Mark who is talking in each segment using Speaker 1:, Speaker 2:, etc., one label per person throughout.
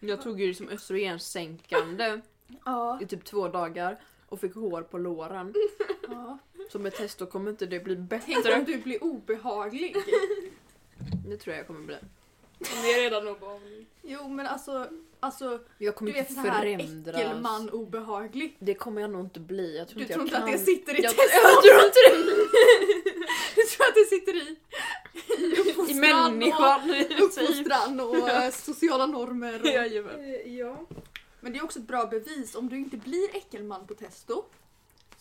Speaker 1: Jag tog ju liksom östrogensänkande
Speaker 2: Ja.
Speaker 1: i typ två dagar och fick hår på låren.
Speaker 2: ja.
Speaker 1: Som ett test då kommer inte det bli
Speaker 2: Tänk
Speaker 1: bättre.
Speaker 2: om du blir obehaglig.
Speaker 1: Det tror jag jag kommer bli.
Speaker 3: Det är redan obehagligt.
Speaker 2: Jo men alltså, alltså
Speaker 1: Jag
Speaker 2: du
Speaker 1: kommer
Speaker 2: vet
Speaker 1: inte
Speaker 2: så här
Speaker 1: förändras.
Speaker 2: äckelman obehaglig.
Speaker 1: Det kommer jag nog inte bli. Jag tror
Speaker 2: Du
Speaker 1: inte jag
Speaker 2: tror inte
Speaker 1: kan.
Speaker 2: att det sitter i
Speaker 1: jag,
Speaker 2: testet?
Speaker 1: jag tror inte det.
Speaker 2: Du tror att det sitter i
Speaker 1: I
Speaker 2: uppfostran och-
Speaker 1: människan. i
Speaker 2: Uppfostran och eh, sociala normer.
Speaker 1: sig.
Speaker 2: Och...
Speaker 1: Jajamän.
Speaker 2: Eh,
Speaker 3: Ja.
Speaker 2: Men det är också ett bra bevis. Om du inte blir äckelman på testo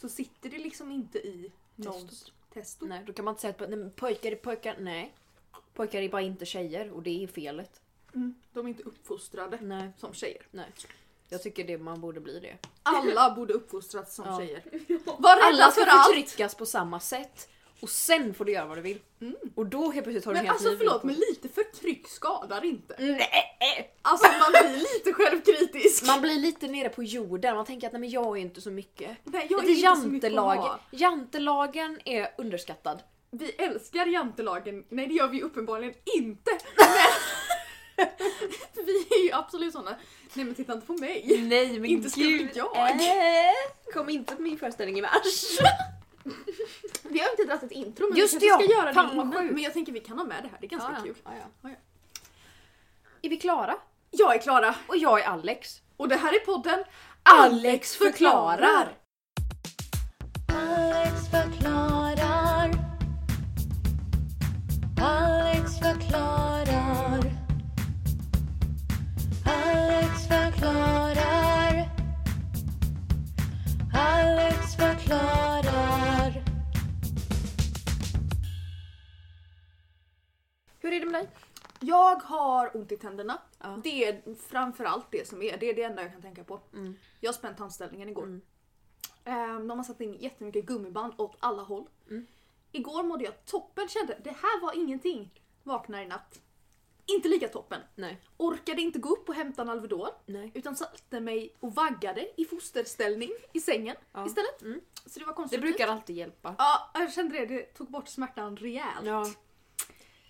Speaker 2: så sitter det liksom inte i någons testo.
Speaker 1: Nej, då kan man inte säga att nej, men pojkar är pojkar. Nej. Pojkar är bara inte tjejer och det är felet.
Speaker 2: Mm. De är inte uppfostrade
Speaker 1: Nej.
Speaker 2: som tjejer.
Speaker 1: Jag tycker det, man borde bli det.
Speaker 2: Alla borde uppfostras som
Speaker 1: Ja.
Speaker 2: tjejer. Var rädda
Speaker 1: Alla ska
Speaker 2: för allt!
Speaker 1: förtryckas på samma sätt. Och sen får du göra vad du vill.
Speaker 2: Mm.
Speaker 1: Och då helt plötsligt har du en
Speaker 2: Men
Speaker 1: helt
Speaker 2: alltså
Speaker 1: ny
Speaker 2: förlåt,
Speaker 1: bild
Speaker 2: men
Speaker 1: på-
Speaker 2: lite förtryck skadar inte.
Speaker 1: Nej!
Speaker 2: Alltså man blir lite självkritisk.
Speaker 1: Man blir lite nere på jorden, man tänker att nej men jag är inte så mycket.
Speaker 2: Nej, jag är
Speaker 1: lite
Speaker 2: inte så mycket att ha.
Speaker 1: jantelagen. Jantelagen är underskattad.
Speaker 2: Vi älskar jantelagen. Nej det gör vi uppenbarligen inte. Men vi är ju absolut såna. Nej men titta inte på mig.
Speaker 1: Nej men
Speaker 2: Inte skulle
Speaker 1: gud.
Speaker 2: jag.
Speaker 1: Äh, kom inte på min föreställning i mars.
Speaker 2: Vi har inte dragit ett intro men
Speaker 1: Just
Speaker 2: vi kanske
Speaker 1: det,
Speaker 2: ska
Speaker 1: ja.
Speaker 2: göra
Speaker 1: Fan,
Speaker 2: det
Speaker 1: vad
Speaker 2: innan.
Speaker 1: sjukt.
Speaker 2: Men jag tänker vi kan ha med det här, det är ganska kul.
Speaker 1: Ja, ja.
Speaker 2: Ja, ja.
Speaker 1: Är vi klara?
Speaker 2: Jag är Klara
Speaker 1: Och jag är Alex.
Speaker 2: och det här är podden
Speaker 1: Alex förklarar.
Speaker 4: Alex förklarar. Alex förklarar. Alex förklarar. Alex förklarar.
Speaker 1: Hur är det med dig?
Speaker 2: Jag har ont i tänderna.
Speaker 1: Ja.
Speaker 2: Det är framförallt det som är. Det är det enda jag kan tänka på. Jag har spänt tandställningen igår.
Speaker 1: Mm.
Speaker 2: Ehm, De har satt in jättemycket gummiband åt alla håll.
Speaker 1: Mm.
Speaker 2: Igår mådde jag toppen, kände det här var ingenting. Vaknar i natt. Inte lika toppen.
Speaker 1: Nej.
Speaker 2: Orkade inte gå upp och hämta en Alvedon.
Speaker 1: Nej.
Speaker 2: Utan satte mig och vaggade i fosterställning i sängen
Speaker 1: Ja.
Speaker 2: istället.
Speaker 1: Mm.
Speaker 2: Så det var konstigt.
Speaker 1: Det brukar alltid hjälpa.
Speaker 2: Ja, jag kände det. Det tog bort smärtan rejält.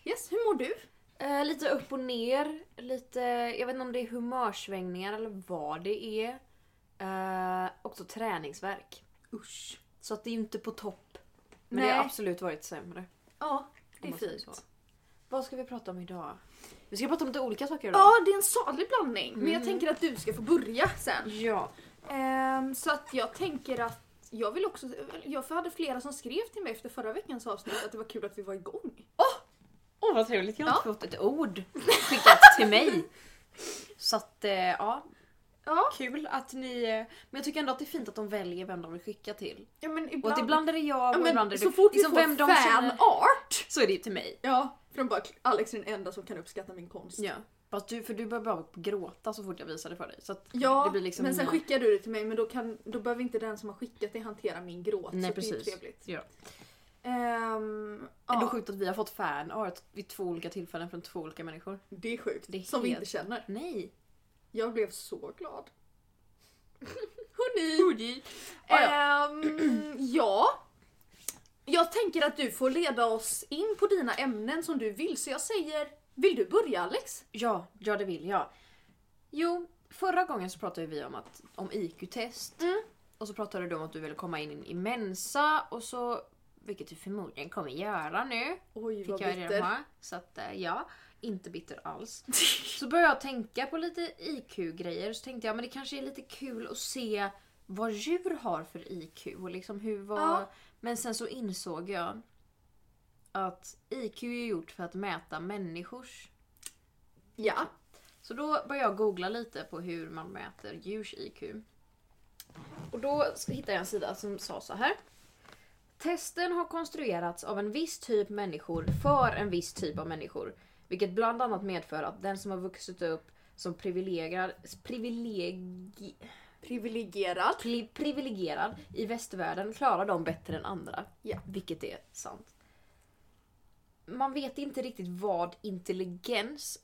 Speaker 2: Yes, hur mår du?
Speaker 1: Eh, lite upp och ner, lite, jag vet inte om det är humörsvängningar eller vad det är. Eh, också träningsverk.
Speaker 2: Usch.
Speaker 1: Så att det är ju inte på topp. Men det
Speaker 2: Nej.
Speaker 1: har absolut varit sämre.
Speaker 2: Ja, det
Speaker 1: Om
Speaker 2: är
Speaker 1: man säger
Speaker 2: fint.
Speaker 1: så. Vad ska vi prata om idag? Vi ska prata om lite olika saker idag.
Speaker 2: Ja, det är en salig blandning. Men jag tänker att du ska få börja sen.
Speaker 1: Ja.
Speaker 2: Ehm, så att jag tänker att jag vill också... Jag hade flera som skrev till mig efter förra veckans avsnitt att det var kul att vi var igång.
Speaker 1: Åh vad trevligt, jag har
Speaker 2: Ja.
Speaker 1: inte fått ett ord skickat till mig. Så att eh, ja,
Speaker 2: Ja,
Speaker 1: kul att ni... eh, Men jag tycker ändå att det är fint att de väljer vem de vill skicka till.
Speaker 2: ja men
Speaker 1: Och
Speaker 2: ibland...
Speaker 1: att ibland är det jag
Speaker 2: ja,
Speaker 1: och ibland är
Speaker 2: men,
Speaker 1: det
Speaker 2: så fort vi
Speaker 1: liksom
Speaker 2: får
Speaker 1: vem de känner,
Speaker 2: fanart.
Speaker 1: Så är det ju till mig.
Speaker 2: Ja, för de bara Alex är den enda som kan uppskatta min konst.
Speaker 1: Ja. Fast du, för du började bara gråta så fort jag visade för dig. Så att
Speaker 2: Ja,
Speaker 1: det blir liksom
Speaker 2: men sen
Speaker 1: mina-
Speaker 2: skickar du det till mig men då, kan, då behöver inte den som har skickat det hantera min gråt.
Speaker 1: Nej
Speaker 2: så
Speaker 1: precis.
Speaker 2: det är trevligt.
Speaker 1: Ja.
Speaker 2: Ehm,
Speaker 1: Ändå
Speaker 2: ja,
Speaker 1: sjukt att vi har fått fanart vid två olika tillfällen från två olika människor.
Speaker 2: det är sjukt.
Speaker 1: Det är
Speaker 2: som vi
Speaker 1: helt-
Speaker 2: inte känner.
Speaker 1: Nej.
Speaker 2: Jag blev så glad. Hörni!
Speaker 1: Ah,
Speaker 2: Ehm, ja. Jag tänker att du får leda oss in på dina ämnen som du vill så jag säger, vill du börja Alex?
Speaker 1: Ja, ja det vill jag. Jo, förra gången så pratade vi om, att, om IQ-test.
Speaker 2: Mm.
Speaker 1: Och så pratade du om att du ville komma in i Mensa och så, vilket du förmodligen kommer göra nu.
Speaker 2: Oj
Speaker 1: Fick jag redan ha. Så att eh, ja, inte bitter alls. Så började jag tänka på lite IQ-grejer så tänkte jag men det kanske är lite kul att se vad djur har för IQ och liksom hur vad...
Speaker 2: Ja.
Speaker 1: Men sen så insåg jag att IQ är gjort för att mäta människors
Speaker 2: Ja.
Speaker 1: så då började jag googla lite på hur man mäter djurs IQ. Och då hittade jag en sida som sa så här. Testen har konstruerats av en viss typ människor för en viss typ av människor. Vilket bland annat medför att den som har vuxit upp som privilegierad, privilegi,
Speaker 2: Privilegierad.
Speaker 1: pri- privilegierad i västvärlden klarar dem bättre än andra.
Speaker 2: Ja.
Speaker 1: Vilket är sant. Man vet inte riktigt vad intelligens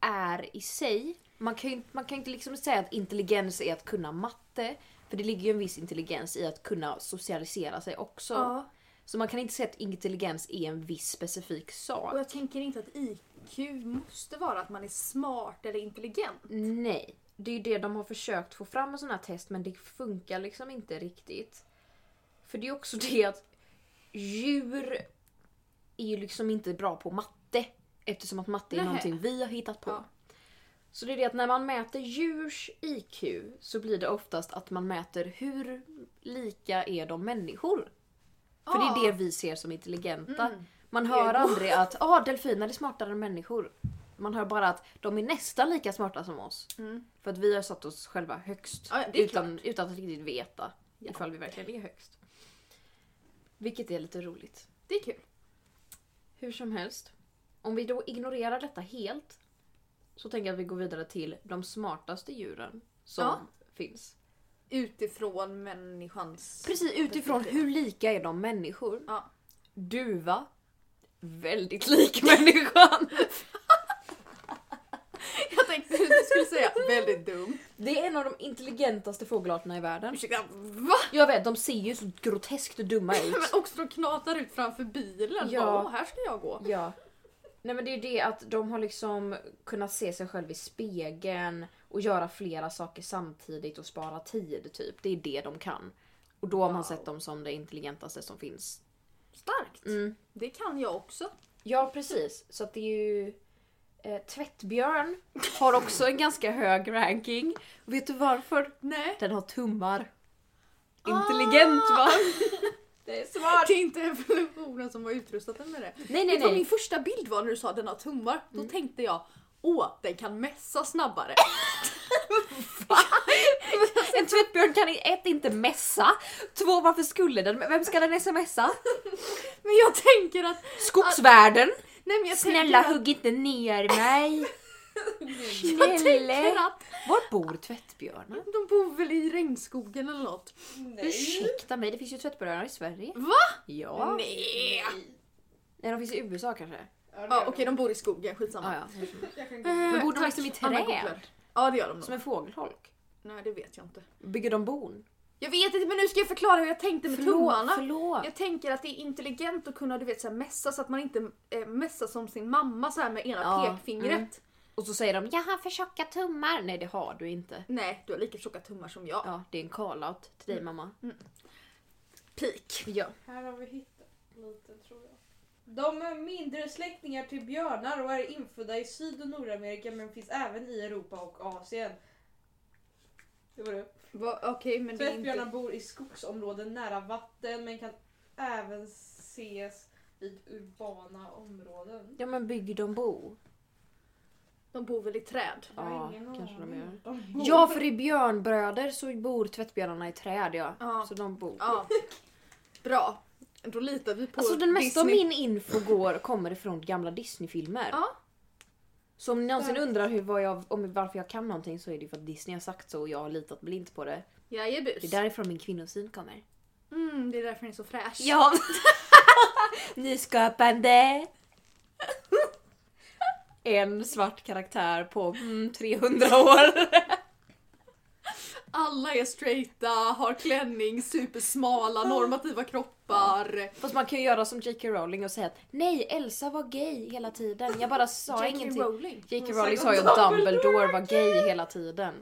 Speaker 1: är i sig. Man kan ju man kan ju inte liksom säga att intelligens är att kunna matte. För det ligger ju en viss intelligens i att kunna socialisera sig också.
Speaker 2: Ja.
Speaker 1: Så man kan inte säga att intelligens är en viss specifik sak.
Speaker 2: Och jag tänker inte att IQ IQ måste vara att man är smart eller intelligent.
Speaker 1: Nej. Det är ju det de har försökt få fram med sådana här test men det funkar liksom inte riktigt. För det är också det att djur är ju liksom inte bra på matte. Eftersom att matte är
Speaker 2: Nähä.
Speaker 1: någonting vi har hittat på.
Speaker 2: Ja.
Speaker 1: Så det är det att när man mäter djurs IQ så blir det oftast att man mäter hur lika är de människor. För
Speaker 2: Ah.
Speaker 1: det är det vi ser som intelligenta.
Speaker 2: Mm.
Speaker 1: Man hör
Speaker 2: Ego.
Speaker 1: aldrig att ah, delfiner är smartare än människor. Man hör bara att de är nästan lika smarta som oss.
Speaker 2: Mm.
Speaker 1: För att vi har satt oss själva högst.
Speaker 2: Ja, ja, det är
Speaker 1: utan, utan att riktigt veta ifall vi verkligen är högst. Vilket är lite roligt.
Speaker 2: Det är kul.
Speaker 1: Hur som helst. Om vi då ignorerar detta helt så tänker jag att vi går vidare till de smartaste djuren som
Speaker 2: Ja.
Speaker 1: finns.
Speaker 2: Utifrån människans...
Speaker 1: Precis utifrån hur lika är de människor?
Speaker 2: Ja.
Speaker 1: Duva. Väldigt lik människan.
Speaker 2: Jag tänkte att du skulle säga väldigt dum.
Speaker 1: Det är en av de intelligentaste fågelarterna i världen.
Speaker 2: Ursäkta, va?
Speaker 1: Jag vet, de ser ju så groteskt dumma ut.
Speaker 2: Men också de knatar ut framför bilen.
Speaker 1: Ja.
Speaker 2: Ja. Åh, här ska jag gå.
Speaker 1: Ja. Nej men det är ju det att de har liksom kunnat se sig själv i spegeln och göra flera saker samtidigt och spara tid typ. Det är det de kan. Och då har man
Speaker 2: Wow.
Speaker 1: sett dem som det intelligentaste som finns.
Speaker 2: Starkt.
Speaker 1: Mm.
Speaker 2: Det kan jag också.
Speaker 1: Ja precis, så att det är ju... Eh, tvättbjörn har också en ganska hög ranking. Vet du varför?
Speaker 2: Nej.
Speaker 1: Den har tummar. Intelligent va? Det är smart!
Speaker 2: Det är inte evolutionen som har utrustat den med det.
Speaker 1: Nej nej
Speaker 2: Vet du vad
Speaker 1: nej. Mm.
Speaker 2: min första bild var när du sa den har tummar? Då tänkte jag Åh, den kan mässa snabbare.
Speaker 1: En tvättbjörn kan i- ett inte messa. Två, varför skulle den? Vem ska den smsa?
Speaker 2: Men jag tänker att...
Speaker 1: Skogsvärden!
Speaker 2: Nej men jag
Speaker 1: Snälla
Speaker 2: tänker att...
Speaker 1: hugg inte ner mig!
Speaker 2: Jag tänker
Speaker 1: Snälla!
Speaker 2: att
Speaker 1: Var bor tvättbjörnar?
Speaker 2: de bor väl i regnskogen eller något.
Speaker 1: Ursäkta mig, det finns ju tvättbjörnar i Sverige.
Speaker 2: Va?
Speaker 1: Ja. Nej.
Speaker 2: Nej!
Speaker 1: de finns i USA kanske.
Speaker 2: Ja, Okej, de bor i skogen, skitsamma.
Speaker 1: Ah,
Speaker 2: Eh,
Speaker 1: ja.
Speaker 3: Jag kan gå.
Speaker 2: Men
Speaker 1: bor de liksom i träd?
Speaker 2: Ja det gör de nog.
Speaker 1: Som en fågelholk.
Speaker 2: Nej det vet jag inte.
Speaker 1: Bygger de bon? Mm,
Speaker 2: Jag vet inte men nu ska jag förklara hur jag tänkte med tummarna.
Speaker 1: förlåt.
Speaker 2: Jag tänker att det är intelligent att kunna du vet, så här, mässa så att man inte eh, mässar som sin mamma så här med ena
Speaker 1: Ja,
Speaker 2: pekfingret.
Speaker 1: mm. Och så säger de jag har för tjocka tummar. Nej det har du inte.
Speaker 2: Nej, du har lika tjocka tummar som jag.
Speaker 1: Ja, det är en call-out till dig mamma.
Speaker 2: Pik.
Speaker 1: Mm. Ja.
Speaker 3: Här har vi hittat lite tror jag. De är mindre släktingar till björnar och är infödda i Syd och Nordamerika men finns även i Europa och Asien. Det var det.
Speaker 2: Va, Okej men det är
Speaker 3: Tvättbjörnar
Speaker 2: inte...
Speaker 3: bor i skogsområden nära vatten men kan även ses vid urbana områden.
Speaker 1: ja men bygger de bo?
Speaker 2: De bor väl i träd?
Speaker 3: Jag har
Speaker 1: Ja,
Speaker 3: ingen
Speaker 1: kanske de
Speaker 3: aning.
Speaker 1: gör.
Speaker 3: De bor-
Speaker 1: Ja för i björnbröder så bor tvättbjörnarna i träd ja.
Speaker 2: Ja.
Speaker 1: Så de bor.
Speaker 2: Ja. Bra. Då litar vi på
Speaker 1: Alltså den mesta av
Speaker 2: Disney.
Speaker 1: min info går, kommer ifrån gamla Disney-filmer.
Speaker 2: Ja.
Speaker 1: Så om ni någonsin undrar hur, vad jag, om varför jag kan någonting så är det för att Disney har sagt så och jag har litat blint på det.
Speaker 2: Jajebus.
Speaker 1: Det är därifrån min kvinnosyn kommer.
Speaker 2: Mm, det är därför den är så fräsch.
Speaker 1: Ja! Nyskapande! En svart karaktär på mm, 300 år.
Speaker 2: Alla är straighta, har klänning, supersmala, normativa kroppar.
Speaker 1: Fast man kan ju göra som J.K. Rowling och säga att nej, Elsa var gay hela tiden. Jag bara sa ingenting.
Speaker 2: Rowling.
Speaker 1: J.K.
Speaker 3: Hon
Speaker 1: Rowling
Speaker 3: sa
Speaker 1: sa ju
Speaker 3: ju
Speaker 1: att
Speaker 3: Dumbledore
Speaker 1: Dumbledore var gay hela tiden.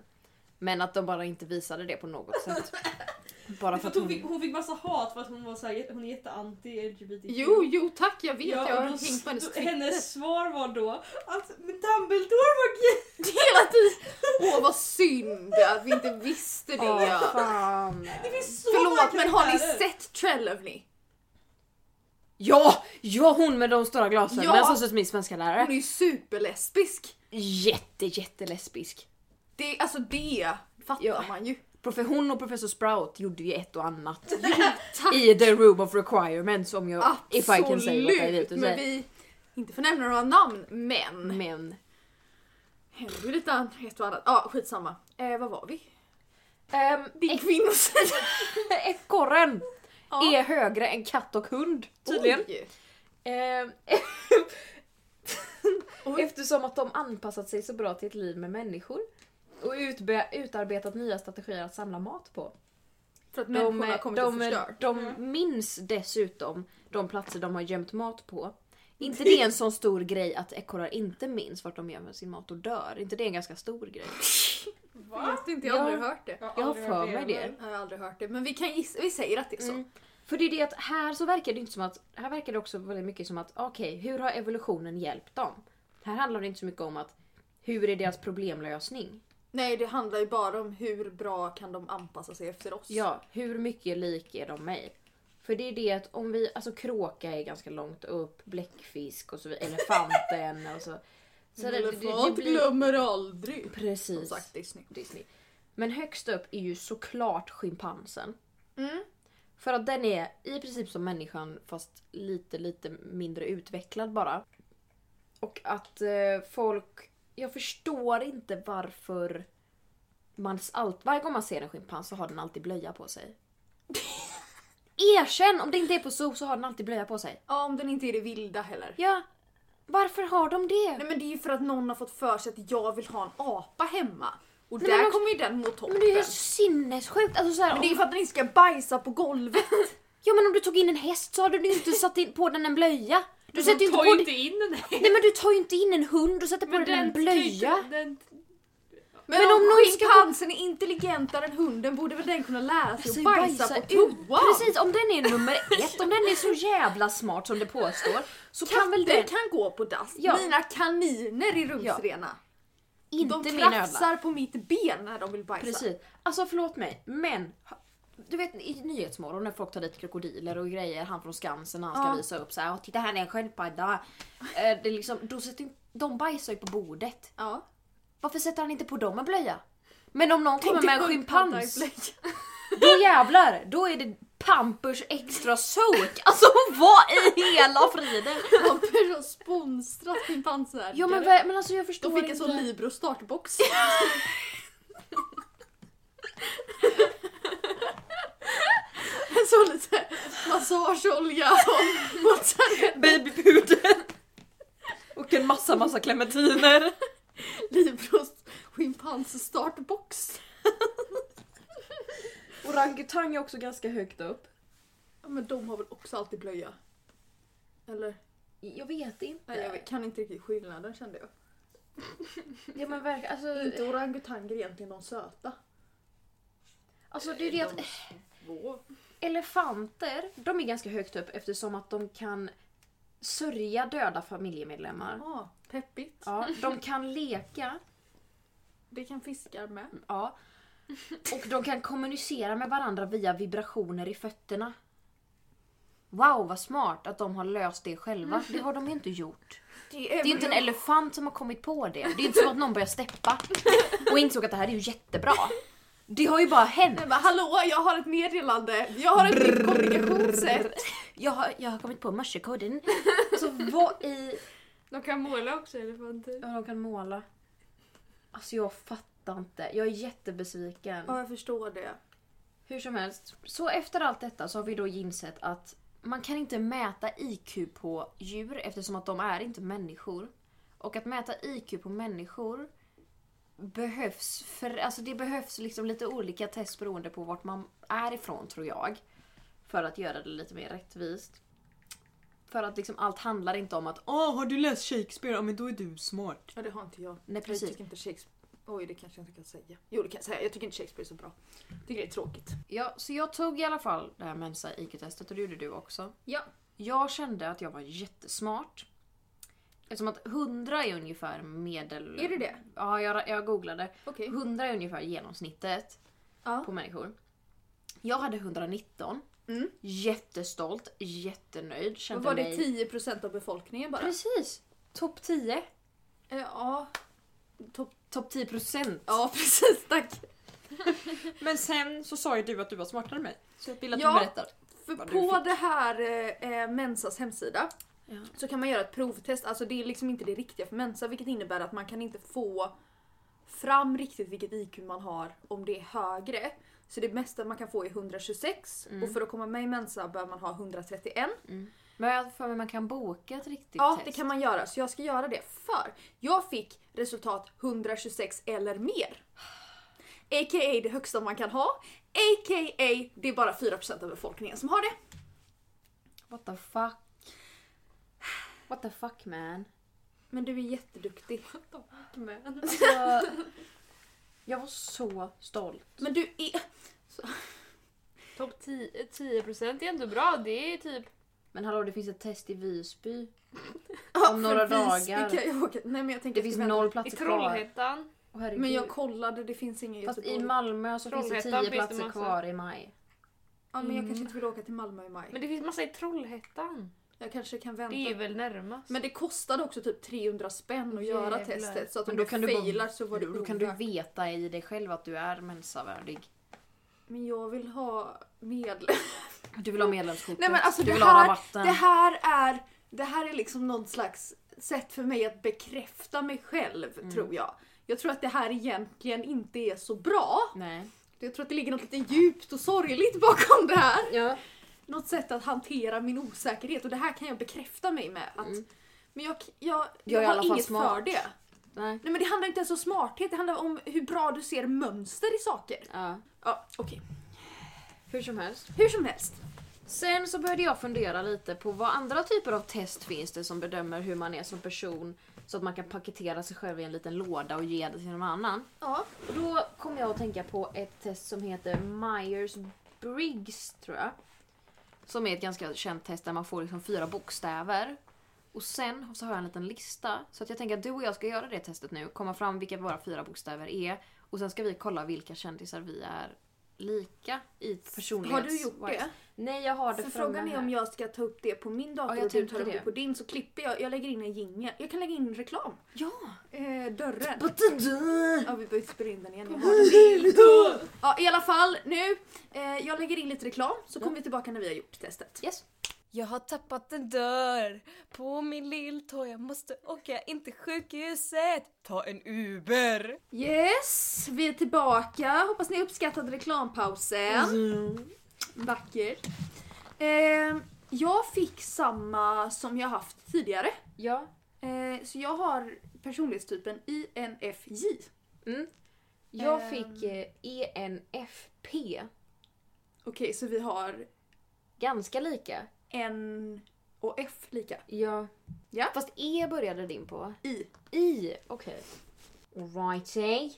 Speaker 1: Men att de bara inte visade det på något sätt. Bara för att
Speaker 3: hon, fick,
Speaker 1: hon...
Speaker 3: hon fick massa hat för att hon var så här, hon är jätteanti LGBTQ.
Speaker 2: Jo, jo tack jag vet. jag
Speaker 3: och
Speaker 2: har
Speaker 3: då
Speaker 2: hängt på hennes
Speaker 3: s-
Speaker 2: Twitter.
Speaker 3: hennes svar var då att men Dumbledore var gay!
Speaker 2: Hela tiden! Åh vad synd att vi inte visste det.
Speaker 1: Åh fan.
Speaker 3: Det finns så många
Speaker 2: Förlåt men har ni
Speaker 3: karaktärer.
Speaker 2: sett Trelawney?
Speaker 1: Ja! Ja hon med de stora glasögonen
Speaker 2: Ja.
Speaker 1: som ser ut som min svenska
Speaker 2: Hon är
Speaker 1: lärare.
Speaker 2: ju superlesbisk.
Speaker 1: Jätte jättelesbisk.
Speaker 2: Det, alltså det fattar
Speaker 1: Ja.
Speaker 2: man ju.
Speaker 1: Profe- hon och professor Sprout gjorde ju ett och annat
Speaker 2: Tack
Speaker 1: i the room of requirements om jag... If I can say what I need
Speaker 2: Absolut!
Speaker 1: to
Speaker 2: Men
Speaker 1: say.
Speaker 2: vi, inte för att nämna några namn, men
Speaker 1: Men...
Speaker 2: händer ju lite an- ett och annat. Ja, skitsamma. Eh, vad var vi?
Speaker 1: Um,
Speaker 2: Din kvinnosida.
Speaker 1: Ekorren
Speaker 2: Ja.
Speaker 1: är högre än katt och hund tydligen.
Speaker 2: Oj.
Speaker 1: Ehm,
Speaker 2: Oj.
Speaker 1: Eftersom att de anpassat sig så bra till ett liv med människor och utbe- utarbetat nya strategier att samla mat på.
Speaker 2: För att
Speaker 1: De,
Speaker 2: människorna har kommit och
Speaker 1: de,
Speaker 2: förstört.
Speaker 1: de minns dessutom de platser de har gömt mat på inte det är en sån stor grej att ekorrar inte minns vart de gömmer sin mat och dör? inte det är en ganska stor grej?
Speaker 3: Va?
Speaker 2: Vet inte, jag har
Speaker 1: Ja.
Speaker 2: aldrig hört det.
Speaker 1: Jag har
Speaker 3: aldrig
Speaker 1: för
Speaker 3: hört
Speaker 1: mig det.
Speaker 3: men-
Speaker 2: Jag har aldrig hört det, men vi, kan gissa, vi säger att det är så.
Speaker 1: Mm. För det är det att här så verkar det inte som att, här verkar det också väldigt mycket som att okej, hur har evolutionen hjälpt dem? Här handlar det inte så mycket om att hur är deras problemlösning?
Speaker 2: Nej, det handlar ju bara om hur bra kan de anpassa sig efter oss.
Speaker 1: Ja, hur mycket lik är de mig? För det är det att om vi, alltså kråka är ganska långt upp, bläckfisk och så vidare, elefanten och så. så det, det, det
Speaker 2: Elefant
Speaker 1: blir,
Speaker 2: glömmer aldrig. Som
Speaker 1: precis.
Speaker 2: sagt, det är snyggt.
Speaker 1: Disney. Men högst upp är ju såklart schimpansen.
Speaker 2: Mm.
Speaker 1: För att den är i princip som människan fast lite, lite mindre utvecklad bara. Och att eh, folk... Jag förstår inte varför man allt, varje gång man ser en schimpans så har den alltid blöja på sig. Erkänn! Om det inte är på zoo så har den alltid blöja på sig.
Speaker 2: Ja, om den inte är det vilda heller.
Speaker 1: Ja, varför har de det?
Speaker 2: Nej men det är ju för att någon har fått för sig att jag vill ha en apa hemma. Och
Speaker 1: Nej, men
Speaker 2: där
Speaker 1: också-
Speaker 2: kommer ju den mot toppen.
Speaker 1: Men det är ju sinnessjukt! Alltså så här,
Speaker 2: det är
Speaker 1: om,
Speaker 2: för att den inte ska bajsa på golvet.
Speaker 1: ja men om du tog in en häst så hade du inte satt in, på den en blöja. Du
Speaker 3: Men
Speaker 1: sätter
Speaker 3: de
Speaker 1: ju inte
Speaker 3: tar
Speaker 1: på
Speaker 3: ju
Speaker 1: dig-
Speaker 3: inte in den här.
Speaker 1: Nej men du tar ju inte in en hund och sätter på den, en
Speaker 3: kan ju inte-
Speaker 1: blöja.
Speaker 3: Den,
Speaker 2: Men,
Speaker 1: Men
Speaker 2: om,
Speaker 1: om någon ska-
Speaker 2: schimpansen är intelligentare än hunden borde väl den kunna lära
Speaker 1: Alltså,
Speaker 2: sig att bajsa, på toan?
Speaker 1: Precis, om den är nummer ett, om den är så jävla smart som det påstår så kan väl
Speaker 2: Katter
Speaker 1: den...
Speaker 2: kan gå på dass.
Speaker 1: Ja.
Speaker 2: Mina kaniner är rumsrena.
Speaker 1: Inte
Speaker 2: De
Speaker 1: min ödla.
Speaker 2: krafsar på mitt ben när de vill bajsa.
Speaker 1: Precis. Alltså förlåt mig, men... Du vet i Nyhetsmorgon när folk tar dit krokodiler och grejer, han från Skansen han ska
Speaker 2: Ja.
Speaker 1: visa upp så här, "Åh, titta här är en sköldpadda. Eh, Det är liksom, då sätter inte- de bajsar ju på bordet.
Speaker 2: Ja.
Speaker 1: Varför sätter han inte på dem en blöja? Men om någon kommer med en schimpans,
Speaker 2: Blöja.
Speaker 1: då jävlar, då är det Pampers extra soak. Alltså vad i hela friden?
Speaker 2: Pampers har sponsrat schimpanser.
Speaker 1: Ja men, vä- men alltså jag förstår
Speaker 2: De fick en sån
Speaker 1: inte.
Speaker 2: Libro startbox. en sån lite massageolja och mozzarella.
Speaker 1: Babypuder. Och en massa massa clementiner.
Speaker 2: Libros schimpans startbox.
Speaker 1: Orangutang är också ganska högt upp.
Speaker 2: Ja, men de har väl också alltid blöja? Eller?
Speaker 1: Jag vet inte.
Speaker 2: Nej, jag kan inte riktigt skillnaden kände jag.
Speaker 1: Ja, men verkligen,
Speaker 2: Inte
Speaker 1: alltså,
Speaker 2: orangutanger egentligen de söta.
Speaker 1: alltså det är ju det att
Speaker 3: Vå.
Speaker 1: elefanter, de är ganska högt upp eftersom att de kan sörja döda familjemedlemmar.
Speaker 2: Ja, peppigt.
Speaker 1: Ja, de kan leka.
Speaker 2: Det kan fiskar med.
Speaker 1: Ja. Och de kan kommunicera med varandra via vibrationer i fötterna. Wow vad smart att de har löst det själva. Det har de ju inte gjort.
Speaker 2: Det är,
Speaker 1: Det är ju inte en elefant som har kommit på det. Det är ju inte som att någon börjar steppa och insåg att det här är ju jättebra. Det har ju bara hänt.
Speaker 2: Nej, men hallå, jag har ett meddelande. Jag har ett nytt kommunikationssätt.
Speaker 1: Jag har, jag har kommit på mörsekoden. Alltså vad i...
Speaker 3: De kan måla också elefanter.
Speaker 1: Ja, de kan måla. Alltså jag fattar inte. Jag är jättebesviken.
Speaker 2: Ja, jag förstår det.
Speaker 1: Hur som helst. Så efter allt detta så har vi då insett att man kan inte mäta IQ på djur eftersom att de är inte människor. Och att mäta IQ på människor behövs för, alltså det behövs liksom lite olika test beroende på vart man är ifrån tror jag. För att göra det lite mer rättvist. För att liksom allt handlar inte om att
Speaker 5: Åh, har du läst Shakespeare? Ja, men då är du smart.
Speaker 2: Ja, det har inte jag.
Speaker 1: Nej, precis.
Speaker 2: Jag tycker inte Shakespeare... Oj, det kanske jag inte kan säga. Jo, det kan jag säga. Jag tycker inte Shakespeare är så bra. Jag tycker det är tråkigt.
Speaker 1: Ja, så jag tog i alla fall det här Mensa IQ-testet och det gjorde du också.
Speaker 2: Ja.
Speaker 1: Jag kände att jag var jättesmart. Eftersom att 100 är ungefär medel...
Speaker 2: Är det det?
Speaker 1: Ja, jag, jag googlade.
Speaker 2: Okej.
Speaker 1: 100 är ungefär genomsnittet
Speaker 2: Ja.
Speaker 1: på människor. Jag hade 119.
Speaker 2: Mm.
Speaker 1: Jättestolt, jättenöjd.
Speaker 2: Men
Speaker 1: Kände
Speaker 2: var det
Speaker 1: mig...
Speaker 2: 10% av befolkningen bara?
Speaker 1: Precis! Topp 10.
Speaker 2: Eh, Ja.
Speaker 1: Topp 10 procent.
Speaker 2: Ja, precis. Tack.
Speaker 5: Men sen så sa ju du att du var smartare än mig. Så jag vill
Speaker 2: att
Speaker 5: att
Speaker 2: du Ja.
Speaker 5: du berättar.
Speaker 2: För
Speaker 5: Vad du
Speaker 2: på det här eh, eh, Mensas hemsida
Speaker 1: Ja.
Speaker 2: så kan man göra ett provtest. Alltså det är liksom inte det riktiga för Mensa vilket innebär att man kan inte få fram riktigt vilket IQ man har om det är högre. Så det mesta man kan få är 126 och för att komma med i Mensa bör man ha 131.
Speaker 1: Men jag har för mig man kan boka ett riktigt
Speaker 2: ja,
Speaker 1: test.
Speaker 2: det kan man göra så jag ska göra det för jag fick resultat 126 eller mer. A.k.a. det högsta man kan ha. A.k.a. det är bara 4% av befolkningen som har det.
Speaker 1: What the fuck? What the fuck man?
Speaker 2: Men du är jätteduktig.
Speaker 3: Men.
Speaker 1: Alltså, jag var så stolt.
Speaker 2: Men du är...
Speaker 6: Topp 10, 10% är ändå bra. Det är typ...
Speaker 1: Men hallå det finns ett test i Visby.
Speaker 2: Ja,
Speaker 1: Om några
Speaker 2: för Visby
Speaker 1: dagar.
Speaker 2: Kan jag åka. Nej men jag tänker
Speaker 1: Det
Speaker 2: att
Speaker 1: finns
Speaker 2: jag ska
Speaker 1: noll
Speaker 6: I
Speaker 1: platser kvar.
Speaker 6: Trollhättan.
Speaker 1: Åh,
Speaker 2: vänta.
Speaker 1: herregud.
Speaker 2: Men jag kollade, det finns ingen i
Speaker 1: Fast
Speaker 2: Göteborg.
Speaker 1: i Malmö så finns det
Speaker 6: Trollhättan finns
Speaker 1: tio
Speaker 6: det
Speaker 1: platser
Speaker 6: massa.
Speaker 1: kvar i maj.
Speaker 2: ja, men jag
Speaker 1: Mm.
Speaker 2: kanske inte vill åka till Malmö i maj.
Speaker 6: Men det finns massa i Trollhättan.
Speaker 2: jag kanske kan vänta.
Speaker 6: Det är väl närmast.
Speaker 2: Men det kostade också typ 300 spänn att göra
Speaker 6: Jävlar.
Speaker 2: testet. Så att
Speaker 1: Men
Speaker 2: om
Speaker 1: då
Speaker 2: du
Speaker 1: kan du bara-
Speaker 2: failar så var det
Speaker 1: Då kan du
Speaker 2: ovärt.
Speaker 1: veta i dig själv att du är mensavärdig.
Speaker 2: Men jag vill ha medlem.
Speaker 1: Du vill ha medlemskortet,
Speaker 2: Nej men alltså
Speaker 1: du
Speaker 2: det
Speaker 1: vill ha
Speaker 2: här,
Speaker 1: rabatten.
Speaker 2: det här är... Det här är liksom någon slags sätt för mig att bekräfta mig själv
Speaker 1: Mm.
Speaker 2: tror jag. Jag tror att det här egentligen inte är så bra.
Speaker 1: Nej.
Speaker 2: Jag tror att det ligger något lite djupt och sorgligt bakom det här.
Speaker 1: Ja.
Speaker 2: Något sätt att hantera min osäkerhet och det här kan jag bekräfta mig med. Att,
Speaker 1: Mm.
Speaker 2: Men jag, Mm. jag,
Speaker 1: Jag
Speaker 2: jag,
Speaker 1: är i alla
Speaker 2: har
Speaker 1: fall
Speaker 2: inget
Speaker 1: smart.
Speaker 2: för det.
Speaker 1: Nej.
Speaker 2: Nej men det handlar inte ens om smarthet, det handlar om hur bra du ser mönster i saker.
Speaker 1: Ja.
Speaker 2: Ja, okej.
Speaker 1: Hur som helst.
Speaker 2: Hur som helst.
Speaker 1: Sen så började jag fundera lite på vad andra typer av test finns det som bedömer hur man är som person så att man kan paketera sig själv i en liten låda och ge det till någon annan.
Speaker 2: Ja.
Speaker 1: Och då kom jag att tänka på ett test som heter Myers-Briggs tror jag. Som är ett ganska känt test där man får liksom fyra bokstäver. Och sen så har jag en liten lista. Så att jag tänker att du och jag ska göra det testet nu. Komma fram vilka våra fyra bokstäver är. Och sen ska vi kolla vilka kändisar vi är lika i personlighets...
Speaker 2: Har du gjort det?
Speaker 1: Nej jag har det
Speaker 2: För frågan är
Speaker 1: här.
Speaker 2: om jag ska ta upp det på min
Speaker 1: Ja,
Speaker 2: dator
Speaker 1: jag
Speaker 2: och du
Speaker 1: tänkte
Speaker 2: tar upp
Speaker 1: det.
Speaker 2: det på din så klipper jag, jag lägger in en jingel. Jag kan lägga in reklam.
Speaker 1: Ja!
Speaker 2: Eh, dörren.
Speaker 1: Badada!
Speaker 2: Ja vi behöver inte spela in den igen. Jag har den. Ja i alla fall nu. Eh, jag lägger in lite reklam så kommer vi tillbaka när vi har gjort testet.
Speaker 1: Yes.
Speaker 7: Jag har tappat en dörr på min lilltå. Jag måste åka in till sjukhuset. Ta en Uber.
Speaker 2: Yes, vi är tillbaka. Hoppas ni uppskattade reklampausen.
Speaker 3: Mm.
Speaker 2: Mm. Vackert. Eh, jag fick samma som jag haft tidigare.
Speaker 1: Ja.
Speaker 2: Eh, så jag har personlighetstypen INFJ.
Speaker 1: Jag
Speaker 2: Ehm.
Speaker 1: fick eh, ENFP.
Speaker 2: Okej, så vi har
Speaker 1: Ganska lika.
Speaker 2: N och F lika.
Speaker 1: Ja.
Speaker 2: Ja.
Speaker 1: Fast E började din på.
Speaker 2: I.
Speaker 1: I. Okej. Alrighty.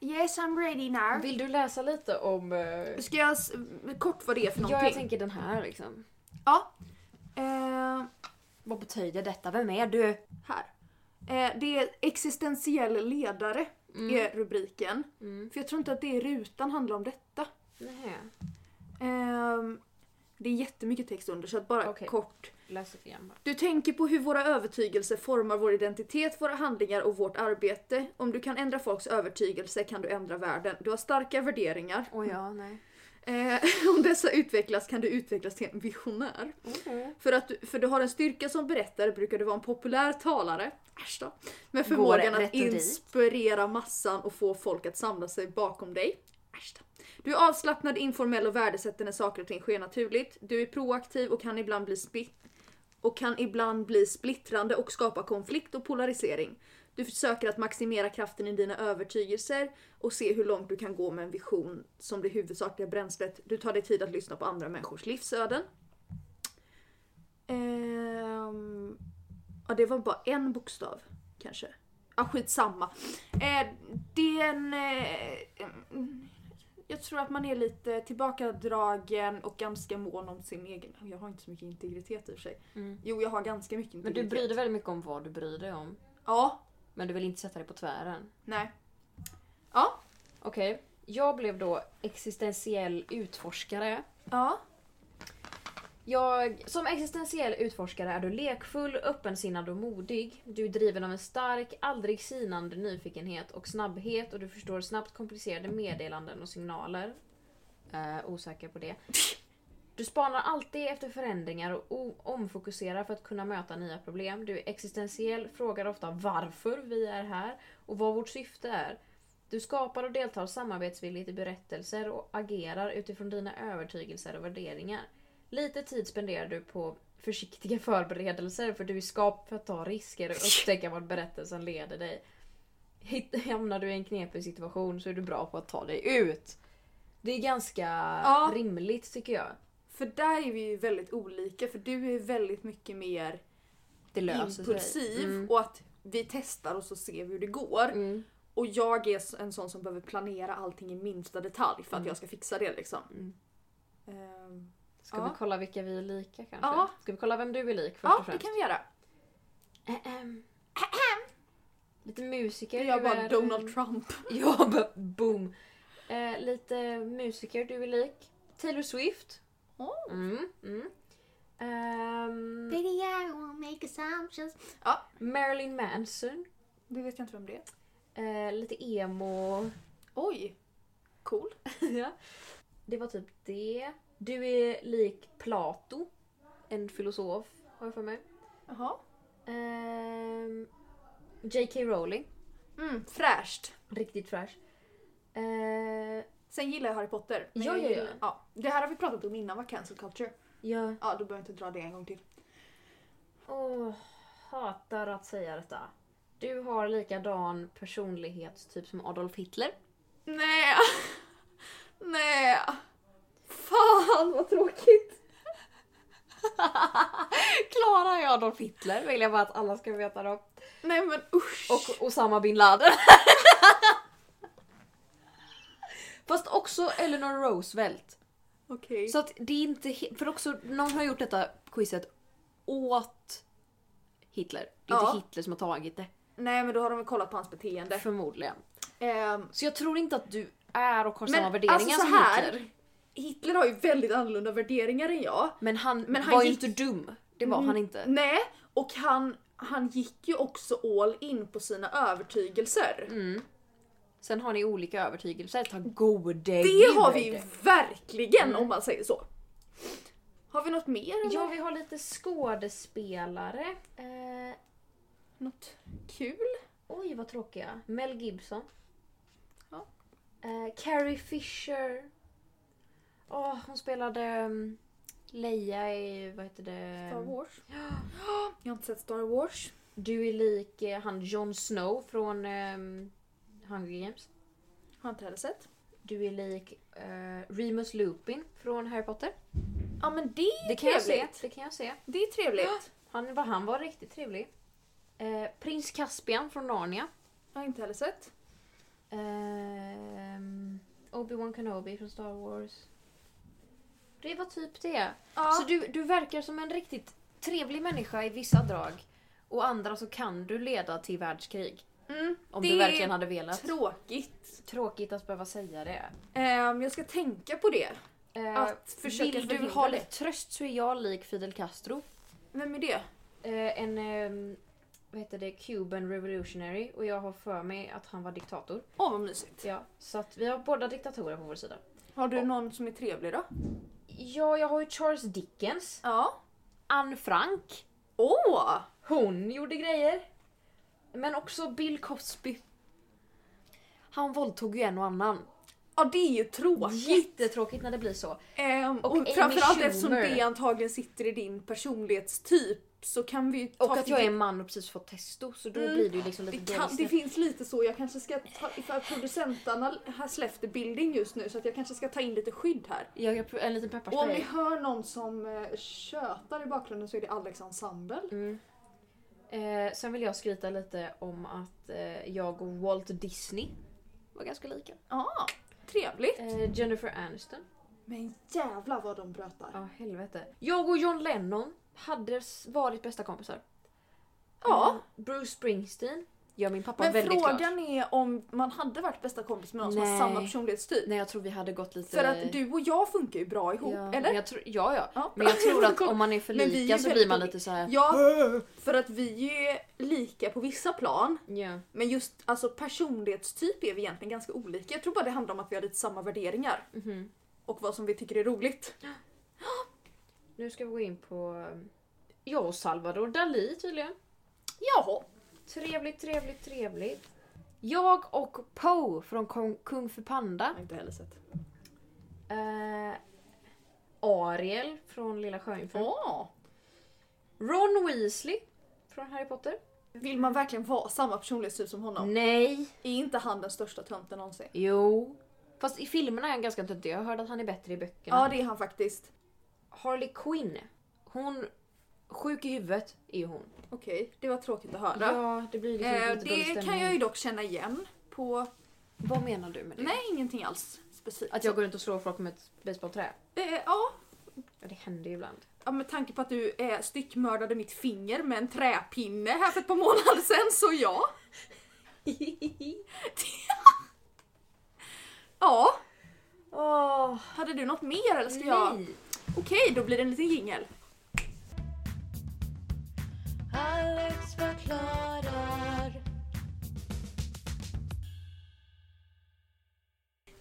Speaker 2: Yes, I'm ready now.
Speaker 1: Vill du läsa lite om... eh,
Speaker 2: Ska jag s- kort vad det är för
Speaker 1: Ja, jag
Speaker 2: någonting?
Speaker 1: tänker den här liksom.
Speaker 2: Ja. Eh,
Speaker 1: Vad betyder detta? Vem är du?
Speaker 2: här. Eh, det är existentiell ledare är rubriken.
Speaker 1: Mm.
Speaker 2: För jag tror inte att det är rutan handlar om detta.
Speaker 1: Nej.
Speaker 2: Ehm, det är jättemycket text under så att bara
Speaker 1: Okej.
Speaker 2: kort.
Speaker 1: Läs lite grann bara.
Speaker 2: Du tänker på hur våra övertygelser formar vår identitet, våra handlingar och vårt arbete. Om du kan ändra folks övertygelse kan du ändra världen. Du har starka värderingar.
Speaker 1: Åh ja, nej.
Speaker 2: Eh, om dessa utvecklas kan du utvecklas till en visionär.
Speaker 1: Mm.
Speaker 2: För, att du, för du har en styrka som berättare brukar du vara en populär talare. Äsch då. Med förmågan att
Speaker 1: retorik.
Speaker 2: inspirera massan och få folk att samla sig bakom dig. Äsch då. Du är avslappnad, informell och värdesätter när saker och ting sker naturligt. Du är proaktiv och kan ibland bli spitt och kan ibland bli splittrande och skapa konflikt och polarisering. Du försöker att maximera kraften i dina övertygelser och se hur långt du kan gå med en vision som det huvudsakliga bränslet. Du tar dig tid att lyssna på andra människors livsöden. Ehm, ja, det var bara en bokstav kanske. Ja, skitsamma. Eh, det är en... Eh, mm, jag tror att man är lite tillbakadragen och ganska mån om sin egen... Jag har inte så mycket integritet i och för sig.
Speaker 1: Mm.
Speaker 2: Jo, jag har ganska mycket
Speaker 1: Men
Speaker 2: integritet.
Speaker 1: du bryr dig väldigt mycket om vad du bryr dig om.
Speaker 2: Ja,
Speaker 1: Men du vill inte sätta dig på tvären.
Speaker 2: nej.
Speaker 1: Okej. Jag blev då existentiell utforskare.
Speaker 2: Ja.
Speaker 1: Jag, som existentiell utforskare är du lekfull, öppensinnad och modig. Du är driven av en stark, aldrig sinande nyfikenhet och snabbhet och du förstår snabbt komplicerade meddelanden och signaler. Eh, osäker på det. Du spanar alltid efter förändringar och o- omfokuserar för att kunna möta nya problem. Du är existentiell, frågar ofta varför vi är här och vad vårt syfte är. Du skapar och deltar samarbetsvilligt i berättelser och agerar utifrån dina övertygelser och värderingar. Lite tid spenderar du på försiktiga förberedelser för du är skapt för att ta risker och upptäcka vart berättelsen leder dig. Hitt- Hamnar du i en knepig situation så är du bra på att ta dig ut. Det är ganska
Speaker 2: Ja.
Speaker 1: rimligt tycker jag.
Speaker 2: För där är vi ju väldigt olika för du är väldigt mycket mer
Speaker 1: Det löser
Speaker 2: impulsiv
Speaker 1: sig. Mm.
Speaker 2: och att vi testar och så ser vi hur det går.
Speaker 1: Mm.
Speaker 2: Och jag är en sån som behöver planera allting i minsta detalj för att
Speaker 1: Mm.
Speaker 2: jag ska fixa det liksom.
Speaker 1: Mm.
Speaker 2: Ehm,
Speaker 1: Ska
Speaker 2: Ja.
Speaker 1: vi kolla vilka vi är lika kanske?
Speaker 2: Ja.
Speaker 1: Ska vi kolla vem du är lik först
Speaker 2: ja,
Speaker 1: och
Speaker 2: det
Speaker 1: främst?
Speaker 2: kan vi göra.
Speaker 1: Ahem. Lite musiker.
Speaker 2: Jag
Speaker 1: du
Speaker 2: bara
Speaker 1: är-
Speaker 2: Donald Trump.
Speaker 1: Ja, bara boom. Eh, lite musiker du är lik. Taylor Swift.
Speaker 2: Oh.
Speaker 1: Mm, mm. Ehm,
Speaker 2: Ja.
Speaker 1: Marilyn Manson.
Speaker 2: Det vet jag inte vem det är.
Speaker 1: Eh, lite emo.
Speaker 2: Oj! Cool.
Speaker 1: ja. Det var typ det. Du är lik Plato. En filosof har jag för mig.
Speaker 2: Jaha.
Speaker 1: Ehm, J.K. Rowling.
Speaker 2: Mm, fräscht.
Speaker 1: Riktigt fräsch. Eh,
Speaker 2: Sen gillar jag Harry Potter. men
Speaker 1: Ja,
Speaker 2: jag
Speaker 1: ja, ja.
Speaker 2: gillar- ja. Det här har vi pratat om innan, var cancel culture.
Speaker 1: ja.
Speaker 2: Ja, då behöver jag inte dra det en gång till.
Speaker 1: Åh, hatar att säga detta. Du har likadan personlighetstyp som Adolf Hitler.
Speaker 2: Nej. Nej. Fan vad tråkigt.
Speaker 1: Klara är Adolf Hitler vill jag bara att alla ska veta då.
Speaker 2: Nej men usch.
Speaker 1: Och Osama bin Laden. Fast också Eleanor Roosevelt.
Speaker 2: Okej.
Speaker 1: Så att det är inte... he- För också, någon har gjort detta quizet åt Hitler. Det är
Speaker 2: Ja.
Speaker 1: inte Hitler som har tagit det.
Speaker 2: Nej men då har de väl kollat på hans beteende.
Speaker 1: Förmodligen.
Speaker 2: Ehm,
Speaker 1: Så jag tror inte att du är och har samma
Speaker 2: men
Speaker 1: värderingar
Speaker 2: alltså så
Speaker 1: som
Speaker 2: här.
Speaker 1: Hitler.
Speaker 2: Hitler. har ju väldigt annorlunda värderingar än jag.
Speaker 1: Men han,
Speaker 2: Men han
Speaker 1: var
Speaker 2: gick- Mm.
Speaker 1: ju inte dum. Det var han inte.
Speaker 2: Nej, och han, han gick ju också all in på sina övertygelser.
Speaker 1: Sen har ni olika övertygelser. Ta gode
Speaker 2: Det Mm. har vi ju verkligen om man säger så. Har vi något mer? Eller?
Speaker 1: Ja, vi har lite skådespelare. Eh,
Speaker 2: Något kul?
Speaker 1: oj, vad tråkiga. Mel Gibson.
Speaker 2: Ja.
Speaker 1: Eh, Carrie Fisher. Åh, hon spelade mm, Leia i... Vad heter det?
Speaker 2: Star Wars? Jag har inte sett Star Wars.
Speaker 1: Du är lik eh, han Jon Snow från ehm, Hunger Games.
Speaker 2: Har inte heller sett.
Speaker 1: Du är lik eh, Remus Lupin från Harry Potter.
Speaker 2: Ja men det är
Speaker 1: Det kan, jag se,
Speaker 2: trevligt.
Speaker 1: det kan jag se.
Speaker 2: Det är trevligt.
Speaker 1: Han, var- han var riktigt trevlig. Eh, Prins Caspian från Narnia.
Speaker 2: Jag har inte heller sett.
Speaker 1: Ehm, Obi-Wan Kenobi från Star Wars. Det var typ det.
Speaker 2: Ja.
Speaker 1: Så du, du verkar som en riktigt trevlig människa i vissa drag. Och andra så kan du leda till världskrig.
Speaker 2: mm,
Speaker 1: Om
Speaker 2: det
Speaker 1: du verkligen
Speaker 2: är
Speaker 1: hade velat.
Speaker 2: tråkigt.
Speaker 1: Tråkigt att behöva säga det.
Speaker 2: Ehm, jag ska tänka på det.
Speaker 1: Eh,
Speaker 2: Att försöka
Speaker 1: vill du
Speaker 2: förhindra
Speaker 1: ha
Speaker 2: det.
Speaker 1: lite tröst så är jag lik Fidel Castro.
Speaker 2: Vem är det?
Speaker 1: Eh, en, ehm, vad heter det, Cuban revolutionary. Och jag har för mig att han var diktator.
Speaker 2: Åh vad mysigt.
Speaker 1: Ja, så att vi har båda diktatorer på vår sida.
Speaker 2: Har du någon som är trevlig då?
Speaker 1: Ja, jag har ju Charles Dickens,
Speaker 2: Ja.
Speaker 1: Anne Frank,
Speaker 2: Åh!
Speaker 1: hon gjorde grejer. Men också Bill Cosby. Han våldtog ju en och annan.
Speaker 2: Ja det är ju tråkigt.
Speaker 1: Jättetråkigt när det blir så.
Speaker 2: Ehm,
Speaker 1: Och
Speaker 2: och
Speaker 1: Amy
Speaker 2: framförallt
Speaker 1: Schumer.
Speaker 2: eftersom det antagligen sitter i din personlighetstyp så kan vi ju ta
Speaker 1: Och att jag är
Speaker 2: till-
Speaker 1: en man och precis fått testo så då
Speaker 2: Mm.
Speaker 1: blir det ju liksom lite
Speaker 2: det, kan, det
Speaker 1: gangster.
Speaker 2: finns lite så, jag kanske ska ta för producentarna här släppte bildning just nu så att jag kanske ska ta in lite skydd här.
Speaker 1: Jag gör en liten
Speaker 2: Och om ni
Speaker 1: pepparspray.
Speaker 2: hör någon som eh, tjötar i bakgrunden så är det Alex Ensemble.
Speaker 1: Mm. Eh, sen vill jag skryta lite om att eh, jag och Walt Disney var ganska lika.
Speaker 2: Ja, trevligt.
Speaker 1: Eh, Jennifer Aniston.
Speaker 2: Men jävla vad de brötar.
Speaker 1: Ja, helvete. Jag och John Lennon hade s- varit bästa kompisar.
Speaker 2: Ja.
Speaker 1: Mm, Bruce Springsteen gör min pappa
Speaker 2: Men
Speaker 1: väldigt
Speaker 2: frågan
Speaker 1: glad.
Speaker 2: är om man hade varit bästa kompis med någon som har
Speaker 1: Nej.
Speaker 2: samma personlighetstyp.
Speaker 1: Nej, jag tror vi hade gått lite...
Speaker 2: För att du och jag funkar ju bra ihop,
Speaker 1: ja,
Speaker 2: eller?
Speaker 1: Jag tror, ja, ja.
Speaker 2: Ja,
Speaker 1: Men jag tror att
Speaker 2: bra.
Speaker 1: om man är för
Speaker 2: Men vi är
Speaker 1: lika
Speaker 2: ju
Speaker 1: så blir man
Speaker 2: väldigt-
Speaker 1: lite så här.
Speaker 2: Ja, för att vi är lika på vissa plan.
Speaker 1: Ja.
Speaker 2: Men just alltså, personlighetstyp är vi egentligen ganska olika. Jag tror bara det handlar om att vi har lite samma värderingar.
Speaker 1: Mhm.
Speaker 2: Och vad som vi tycker är roligt.
Speaker 1: Nu ska vi gå in på... um, Jag och Salvador Dalí tydligen.
Speaker 2: Jaha.
Speaker 1: Trevligt, trevligt, trevligt. Jag och Poe från Kung, Kung Fu Panda.
Speaker 2: Jag har inte heller sett.
Speaker 1: Eh, Ariel från Lilla Sjöjungfrun.
Speaker 2: Ja.
Speaker 1: Ron Weasley från Harry Potter.
Speaker 2: Vill man verkligen vara samma personlighetstyp som honom?
Speaker 1: Mm. Nej.
Speaker 2: Är inte han den största tönten någonsin?
Speaker 1: Jo. Fast i filmerna är han ganska töntig. Jag hörde att han är bättre i böckerna.
Speaker 2: Ja det är han faktiskt.
Speaker 1: Harley Quinn. Hon Sjuk i huvudet är hon.
Speaker 2: Okej, det var tråkigt att höra.
Speaker 1: Ja, det blir liksom
Speaker 2: eh,
Speaker 1: lite dålig
Speaker 2: det
Speaker 1: stämning.
Speaker 2: kan jag ju dock känna igen på...
Speaker 1: Vad menar du med det?
Speaker 2: Nej, ingenting alls specifikt.
Speaker 1: Att jag går runt och slår folk med ett basebollträ?
Speaker 2: eh, ja,
Speaker 1: Ja, det händer ju ibland.
Speaker 2: ja, med tanke på att du eh, styckmördade mitt finger med en träpinne här för ett par månader sedan, så ja. ja,
Speaker 1: Åh,
Speaker 2: hade du något mer eller ska jag... Okej, då blir det en liten jingel.
Speaker 4: Alex förklarar.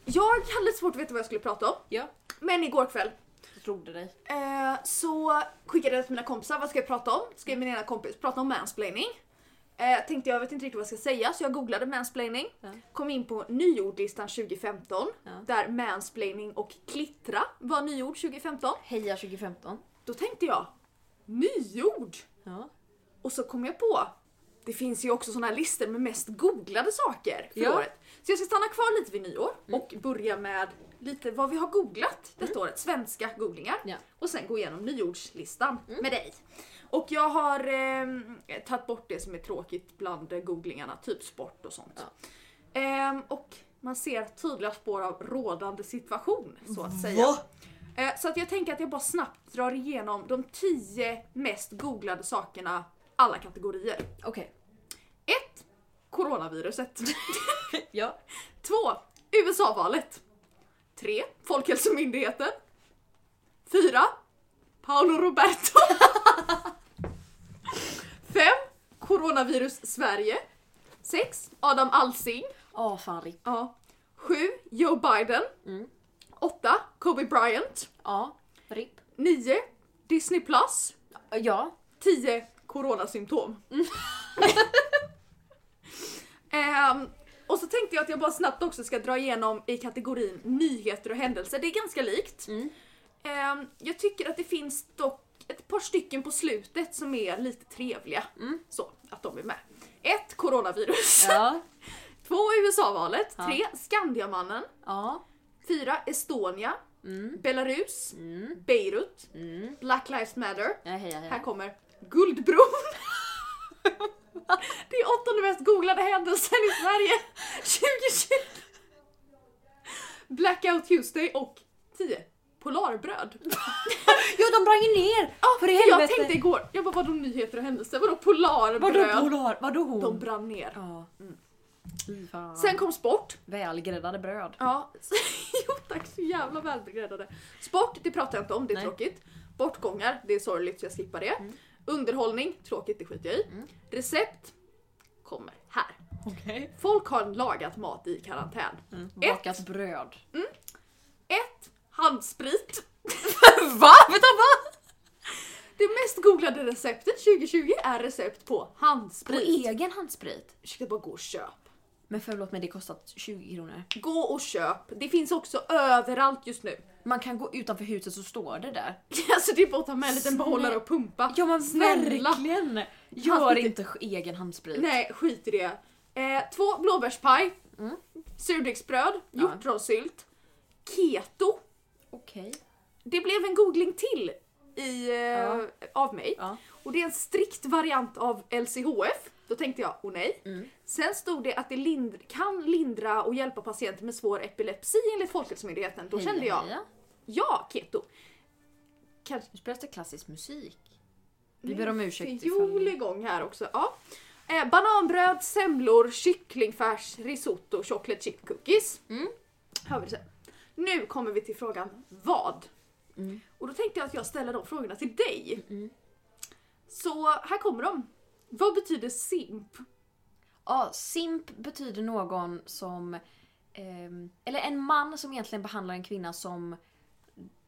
Speaker 2: Jag hade lite svårt att veta vad jag skulle prata om.
Speaker 1: Ja.
Speaker 2: Men igår kväll
Speaker 1: Jag trodde dig.
Speaker 2: Eh, så skickade jag till mina kompisar, vad ska jag prata om? Skrev min ena kompis, prata om mansplaining. Eh, tänkte jag vet inte riktigt vad jag ska säga så jag googlade mansplaining.
Speaker 1: Ja.
Speaker 2: Kom in på nyordlistan 2015
Speaker 1: Ja.
Speaker 2: där mansplaining och klittra var nyord 2015.
Speaker 1: Heja 2015.
Speaker 2: Då tänkte jag, nyord!
Speaker 1: Ja.
Speaker 2: Och så kom jag på, det finns ju också såna här listor med mest googlade saker för
Speaker 1: Ja. Mm.
Speaker 2: året. Så jag ska stanna kvar lite vid nyår och börja med lite vad vi har googlat detta året, svenska googlingar.
Speaker 1: Ja. Mm.
Speaker 2: Och sen gå igenom nyordslistan med dig. Och jag har eh, tagit bort det som är tråkigt bland eh, googlingarna, typ sport och sånt. Ehm, och man ser tydliga spår av rådande situation så att säga. Eh, Så att jag tänker att jag bara snabbt drar igenom de 10 mest googlade sakerna, alla kategorier.
Speaker 1: Okej.
Speaker 2: 1. Coronaviruset.
Speaker 1: Ja.
Speaker 2: 2. USA-valet. 3. Folkhälsomyndigheten. 4. Paolo Roberto. 5. Coronavirus Sverige. 6. Adam Alsing.
Speaker 1: Åh fan Ripp.
Speaker 2: Ja. 7. Joe Biden.
Speaker 1: Mm.
Speaker 2: 8. Kobe Bryant.
Speaker 1: Ja. Ripp.
Speaker 2: 9. Disney Plus.
Speaker 1: Ja.
Speaker 2: 10 coronasymptom. Ehm, och så tänkte jag att jag bara snabbt också ska dra igenom i kategorin nyheter och händelser. Det är ganska likt.
Speaker 1: Mm.
Speaker 2: Ehm, jag tycker att det finns dock ett par stycken på slutet som är lite trevliga.
Speaker 1: Mm.
Speaker 2: Så, att de är med. 1. Coronavirus.
Speaker 1: Ja.
Speaker 2: 2. USA-valet.
Speaker 1: Ja.
Speaker 2: 3. Skandiamannen.
Speaker 1: Ja.
Speaker 2: 4. Estonia.
Speaker 1: Mm.
Speaker 2: Belarus.
Speaker 1: Mm.
Speaker 2: Beirut.
Speaker 1: Mm.
Speaker 2: Black Lives Matter.
Speaker 1: Ja, heja
Speaker 2: Här
Speaker 1: heja.
Speaker 2: kommer Guldbron. Det är åttonde mest googlade händelsen i Sverige 2020. Blackout Tuesday och 10. Polarbröd.
Speaker 1: Jo de brann ju ner!
Speaker 2: Ja,
Speaker 1: För i
Speaker 2: jag
Speaker 1: helvete.
Speaker 2: tänkte igår, jag bara vadå nyheter och händelser? Vadå polarbröd?
Speaker 1: Vadå polar? Vadå hon?
Speaker 2: De brann ner.
Speaker 1: Ja. Fy fan.
Speaker 2: Sen kom sport.
Speaker 1: Välgräddade bröd.
Speaker 2: Ja, jo tack så jävla välbegräddade. Sport, det pratar jag inte om, det är
Speaker 1: Nej.
Speaker 2: tråkigt. Bortgångar, det är sorgligt så jag skippar det. Underhållning, tråkigt, det skiter jag i.
Speaker 1: Mm.
Speaker 2: Recept, kommer här.
Speaker 1: Okej.
Speaker 2: Folk har lagat mat i karantän.
Speaker 1: Mm. Bakat bröd.
Speaker 2: 1. Handsprit.
Speaker 1: Va? Vänta va?
Speaker 2: Det mest googlade receptet 2020 är recept på
Speaker 1: På e-
Speaker 2: handsprit.
Speaker 1: egen handsprit?
Speaker 2: Ursäkta, bara gå och köp.
Speaker 1: Men förlåt mig det kostar 20 kronor.
Speaker 2: Gå och köp. Det finns också överallt just nu.
Speaker 1: Man kan gå utanför huset så står det där.
Speaker 2: Alltså det är bara att ta med en liten
Speaker 1: Snä-
Speaker 2: behållare och pumpa.
Speaker 1: Ja men
Speaker 2: Ah, Snälla.
Speaker 1: verkligen! Gör
Speaker 2: Handsprit-
Speaker 1: inte egen handsprit.
Speaker 2: Nej, skit i det. Eh, två blåbärspaj,
Speaker 1: Mm.
Speaker 2: surdegsbröd,
Speaker 1: Ja.
Speaker 2: hjortronsylt, keto.
Speaker 1: Okej.
Speaker 2: Det blev en googling till i, eh,
Speaker 1: Ja.
Speaker 2: av mig.
Speaker 1: Ja.
Speaker 2: Och det är en strikt variant av LCHF. Då tänkte jag, åh nej.
Speaker 1: Mm.
Speaker 2: Sen stod det att det lind- kan lindra och hjälpa patienter med svår epilepsi enligt Folkhälsomyndigheten. Då kände jag,
Speaker 1: Heja, heja.
Speaker 2: ja keto. Kanske
Speaker 1: Nu spelas det klassisk musik. Vi ber om ursäkt ifall...
Speaker 2: Fiol igång här också. Ja. Eh, bananbröd, semlor, kycklingfärs, risotto, chocolate chip cookies.
Speaker 1: Mm.
Speaker 2: Hör vi sen. Nu kommer vi till frågan vad?
Speaker 1: Mm.
Speaker 2: Och då tänkte jag att jag ställer de frågorna till dig.
Speaker 1: Mm.
Speaker 2: Så här kommer de. Vad betyder simp?
Speaker 1: Ja, simp betyder någon som... ehm, eller en man som egentligen behandlar en kvinna som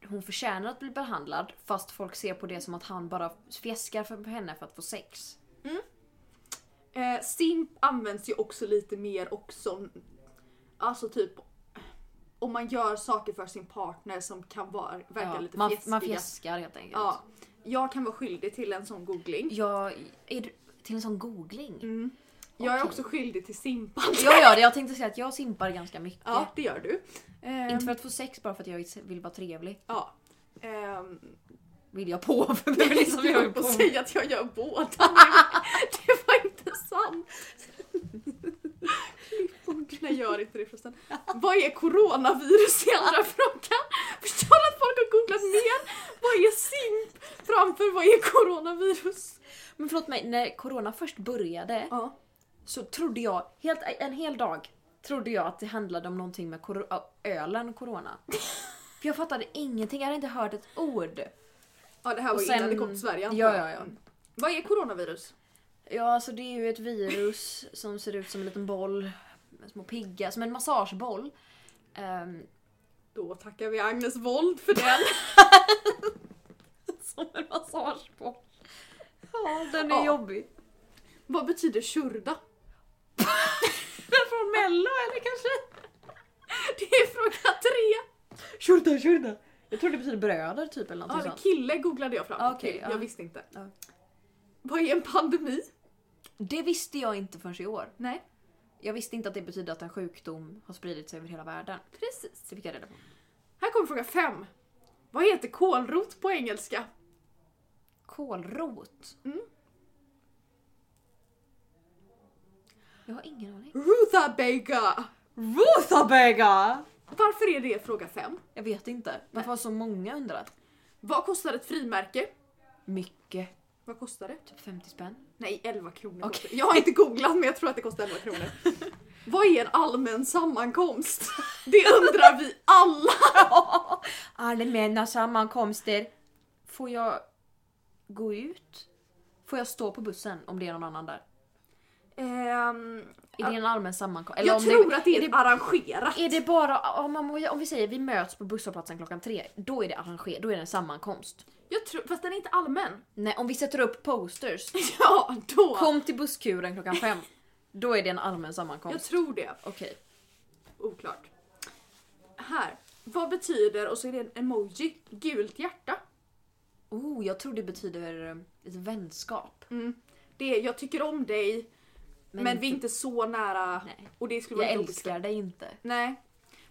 Speaker 1: hon förtjänar att bli behandlad fast folk ser på det som att han bara fjäskar för henne för att få sex.
Speaker 2: Eh, simp används ju också lite mer också, alltså typ om man gör saker för sin partner som kan vara, verka
Speaker 1: Ja,
Speaker 2: lite
Speaker 1: man,
Speaker 2: fjäskiga.
Speaker 1: man fjäskar helt enkelt.
Speaker 2: Ja, jag kan vara skyldig till en sån googling. Mm.
Speaker 1: Jag, är du, till en sån googling?
Speaker 2: Jag är
Speaker 1: Okej.
Speaker 2: också skyldig till simpande.
Speaker 1: Jag gör det, jag tänkte säga att jag simpar ganska mycket.
Speaker 2: Ja, det gör du. Ehm,
Speaker 1: Inte för att få sex bara för att jag vill vara trevlig.
Speaker 2: ja. Ehm,
Speaker 1: vill jag på för det är väl det som jag vill på.
Speaker 2: på säga att jag gör båda. det var inte sant. Klipporterna gör inte det förresten. Vad är coronavirus i andra frågan? Förstår du att folk har googlat mer? Vad är simp framför vad är coronavirus?
Speaker 1: Men förlåt mig, när corona först började
Speaker 2: Ja.
Speaker 1: så trodde jag, helt, en hel dag, trodde jag att det handlade om någonting med kor- ö- ölen corona. För jag fattade ingenting, jag hade inte hört ett ord.
Speaker 2: Ja det här var
Speaker 1: Och
Speaker 2: ju
Speaker 1: sen-
Speaker 2: innan det kom till Sverige antar
Speaker 1: Ja,
Speaker 2: jag. Mm.
Speaker 1: ja, ja.
Speaker 2: Vad är coronavirus?
Speaker 1: Ja, alltså det är ju ett virus som ser ut som en liten boll. med Små pigga, som en massageboll. Ehm,
Speaker 2: Då tackar vi Agnes Wold för den.
Speaker 1: som en massageboll. Ja, den är
Speaker 2: Ja.
Speaker 1: jobbig.
Speaker 2: vad betyder tjurda?
Speaker 1: Från mello eller kanske?
Speaker 2: Det är fråga tre.
Speaker 1: Shurda, shurda. Jag tror det betyder bröder typ eller
Speaker 2: Ja,
Speaker 1: någonting
Speaker 2: det
Speaker 1: sånt.
Speaker 2: kille googlade jag fram
Speaker 1: Okej,
Speaker 2: till.
Speaker 1: ja.
Speaker 2: Jag visste inte.
Speaker 1: Ja.
Speaker 2: Vad är en pandemi?
Speaker 1: Det visste jag inte förrän i år.
Speaker 2: Nej.
Speaker 1: Jag visste inte att det betyder att en sjukdom har spridit sig över hela världen.
Speaker 2: Precis.
Speaker 1: Det fick jag reda på.
Speaker 2: Här kommer fråga fem. Vad heter kålrot på engelska?
Speaker 1: Kålrot.
Speaker 2: Mm.
Speaker 1: Jag har ingen aning.
Speaker 2: Rutabaga!
Speaker 1: Ruthabega!
Speaker 2: Varför är det fråga fem?
Speaker 1: Jag vet inte. Varför har så många undrat?
Speaker 2: Vad kostar ett frimärke?
Speaker 1: Mycket.
Speaker 2: Vad kostar det?
Speaker 1: Typ 50 spänn.
Speaker 2: Nej, 11 kronor.
Speaker 1: Okej.
Speaker 2: kostar det. Jag har inte googlat men jag tror att det kostar 11 kronor. Vad är en allmän sammankomst? Det undrar vi alla!
Speaker 1: Allmänna sammankomster. Får jag gå ut? Får jag stå på bussen om det är någon annan där?
Speaker 2: Ehm,
Speaker 1: Är det en allmän sammankomst?
Speaker 2: jag
Speaker 1: om det-
Speaker 2: tror att det är,
Speaker 1: är det-
Speaker 2: arrangerat.
Speaker 1: Är det bara, om, man, om vi säger vi möts på busshållplatsen klockan tre, då är det arranger, då är det en sammankomst.
Speaker 2: Jag tror, fast den är inte allmän.
Speaker 1: Nej, om vi sätter upp posters,
Speaker 2: Ja, då!
Speaker 1: kom till busskuren klockan fem, då är det en allmän
Speaker 2: Jag
Speaker 1: sammankomst.
Speaker 2: tror det.
Speaker 1: Okej.
Speaker 2: Oklart. Här. Vad betyder, och så är det en emoji, gult hjärta.
Speaker 1: Oh, jag tror det betyder eh, ett vänskap.
Speaker 2: Det är jag tycker om dig men, vi är inte så nära.
Speaker 1: Nej.
Speaker 2: Och det skulle vara
Speaker 1: Jag
Speaker 2: lite obekvämt.
Speaker 1: älskar dig inte.
Speaker 2: Nej.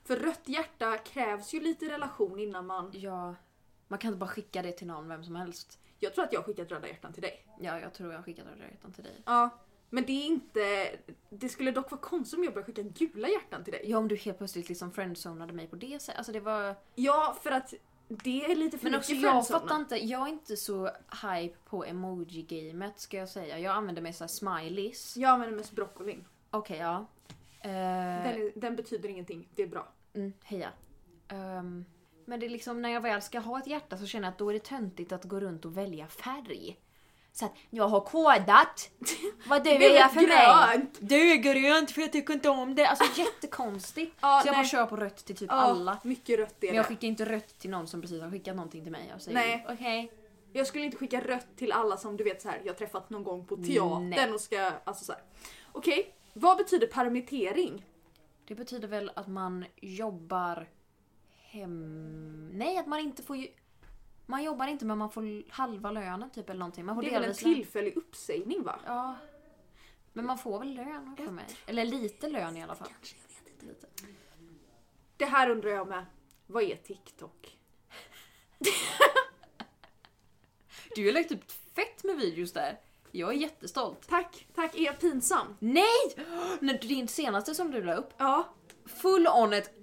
Speaker 2: För rött hjärta krävs ju lite relation innan man...
Speaker 1: Ja, man kan inte bara skicka det till någon, vem som helst.
Speaker 2: Jag tror att jag har skickat röda hjärtan till dig.
Speaker 1: Ja, jag tror jag skickade det redan till dig.
Speaker 2: Ja. Men det är inte... Det skulle dock vara konstigt om jag började skicka gula hjärtan till dig.
Speaker 1: Ja, om du helt plötsligt liksom friendzonade mig på det sättet. Alltså det var...
Speaker 2: Ja, för att det är lite för
Speaker 1: Men
Speaker 2: mycket
Speaker 1: också jag
Speaker 2: friendzone.
Speaker 1: fattar inte, jag är inte så hype på emoji-gamet ska jag säga. Jag använder mig såhär smileys.
Speaker 2: Jag använder mest broccolin.
Speaker 1: Okej, ja. Eh,
Speaker 2: Den, är- den betyder ingenting. Det är bra.
Speaker 1: mm, heja. Ehm, men det är liksom när jag väl ska ha ett hjärta så känner jag att då är det töntigt att gå runt och välja färg. Så att jag har kodat vad du
Speaker 2: Det är
Speaker 1: är för mig.
Speaker 2: grönt.
Speaker 1: Du är grönt för jag tycker inte om det. Alltså jättekonstigt.
Speaker 2: Ja,
Speaker 1: så jag bara
Speaker 2: nej.
Speaker 1: kör på rött till typ
Speaker 2: Ja,
Speaker 1: alla.
Speaker 2: mycket rött är
Speaker 1: Men jag
Speaker 2: det.
Speaker 1: skickar inte rött till någon som precis har skickat någonting till mig. Jag säger
Speaker 2: Nej.
Speaker 1: okej.
Speaker 2: Jag skulle inte skicka rött till alla som du vet så här, jag träffat någon gång på teatern
Speaker 1: Nej.
Speaker 2: och ska... Alltså så här. Okej, vad betyder permittering?
Speaker 1: Det betyder väl att man jobbar hem... Nej, att man inte får... ju- Man jobbar inte men man får halva lönen typ eller någonting. Man får
Speaker 2: Det är väl en
Speaker 1: delvis lön.
Speaker 2: tillfällig uppsägning va?
Speaker 1: Ja. Men man får väl lön för mig. Eller lite lön i alla fall. Lite.
Speaker 2: Det här undrar jag med. Vad är TikTok?
Speaker 1: Du har lagt upp fett med videos där. Jag är jättestolt.
Speaker 2: Tack, tack. Är jag pinsam?
Speaker 1: Nej! När Din senaste som du la upp,
Speaker 2: Ja.
Speaker 1: full onet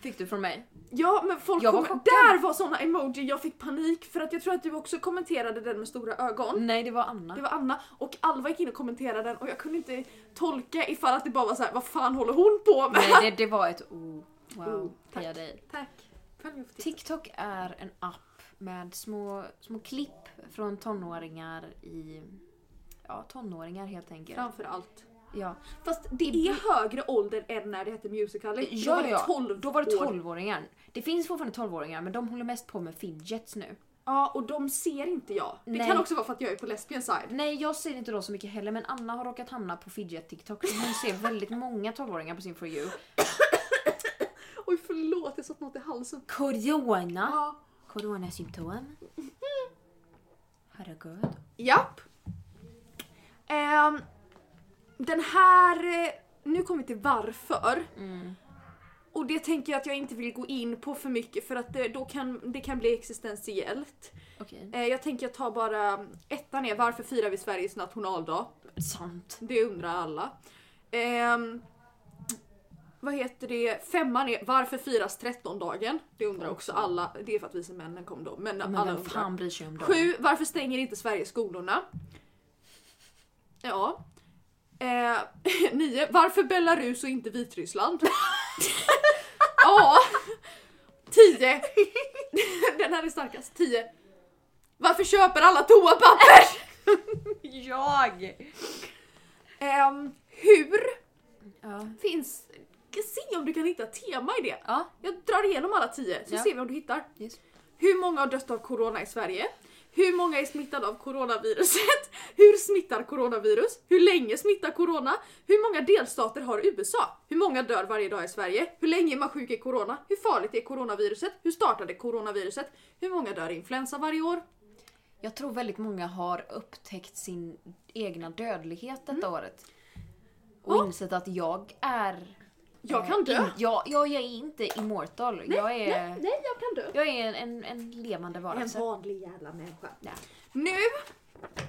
Speaker 1: fick du från mig.
Speaker 2: Ja men folk
Speaker 1: Jag var
Speaker 2: kommer...
Speaker 1: chockad.
Speaker 2: Där var såna emoji jag fick panik för att jag tror att du också kommenterade den med stora ögon.
Speaker 1: Nej, det var
Speaker 2: Det
Speaker 1: Anna.
Speaker 2: var Anna och Alva gick in och kommenterade den och jag kunde inte tolka ifall att det bara var så här, vad fan håller hon på med?
Speaker 1: Nej, det, det var ett oh,
Speaker 2: Oh,
Speaker 1: wow,
Speaker 2: tack.
Speaker 1: heja dig.
Speaker 2: Tack. Följ mig på TikTok.
Speaker 1: TikTok är en app med små, små klipp från tonåringar i... Ja, tonåringar helt enkelt.
Speaker 2: Framför allt.
Speaker 1: Ja.
Speaker 2: Fast det är högre ålder än när det hette Musical.ly. Då var
Speaker 1: Ja,
Speaker 2: det
Speaker 1: ja,
Speaker 2: 12
Speaker 1: då var det
Speaker 2: år.
Speaker 1: 12-åringar. Det finns fortfarande 12-åringar men de håller mest på med fidgets nu.
Speaker 2: Ja, och de ser inte jag. Det
Speaker 1: Nej.
Speaker 2: kan också vara för att jag är på lesbian side.
Speaker 1: Nej, jag ser inte dem så mycket heller men Anna har råkat hamna på fidget-tiktok. så Hon ser väldigt många 12-åringar på sin For You.
Speaker 2: Oj förlåt, jag satt något i halsen.
Speaker 1: Corona.
Speaker 2: Ja.
Speaker 1: Coronasymptom. Herregud.
Speaker 2: Japp. Ehm, den här... eh, Nu kommer vi till varför. Och det tänker jag att jag inte vill gå in på för mycket för att det, då kan, det kan bli existentiellt.
Speaker 1: Okej.
Speaker 2: Eh, jag tänker jag tar bara ettan är varför firar vi Sveriges nationaldag?
Speaker 1: Sant.
Speaker 2: Det undrar alla. Ehm, vad heter det? Femman är varför firas trettondagen? Det undrar också alla. Det är för att vise männen kom då. Men,
Speaker 1: Men
Speaker 2: alla
Speaker 1: vem
Speaker 2: undrar.
Speaker 1: fan bryr sig om dem?
Speaker 2: Sju, varför stänger inte Sverige skolorna? Ja. Eh, nio, varför Belarus och inte Vitryssland? ja. Tio. Den här är starkast. Tio. Varför köper alla toapapper?
Speaker 5: Jag!
Speaker 2: Ehm, hur?
Speaker 1: Ja.
Speaker 2: Finns... Se om du kan hitta ett tema i det.
Speaker 1: Ja.
Speaker 2: Jag drar igenom alla tio så
Speaker 1: Ja.
Speaker 2: ser vi om du hittar.
Speaker 1: Yes.
Speaker 2: Hur många har dött av corona i Sverige? Hur många är smittade av coronaviruset? Hur smittar coronavirus? Hur länge smittar corona? Hur många delstater har USA? Hur många dör varje dag i Sverige? Hur länge är man sjuk i corona? Hur farligt är coronaviruset? Hur startade coronaviruset? Hur många dör i influensa varje år?
Speaker 1: Jag tror väldigt många har upptäckt sin egna dödlighet detta året. Och
Speaker 2: Mm. Ja.
Speaker 1: insett att jag är...
Speaker 2: Jag
Speaker 1: eh,
Speaker 2: kan dö.
Speaker 1: In, jag, jag är inte immortal. jag är,
Speaker 2: Nej, nej, jag kan dö.
Speaker 1: Jag är en, en, en levande varelse.
Speaker 2: vanlig jävla människa.
Speaker 1: Ja.
Speaker 2: Nu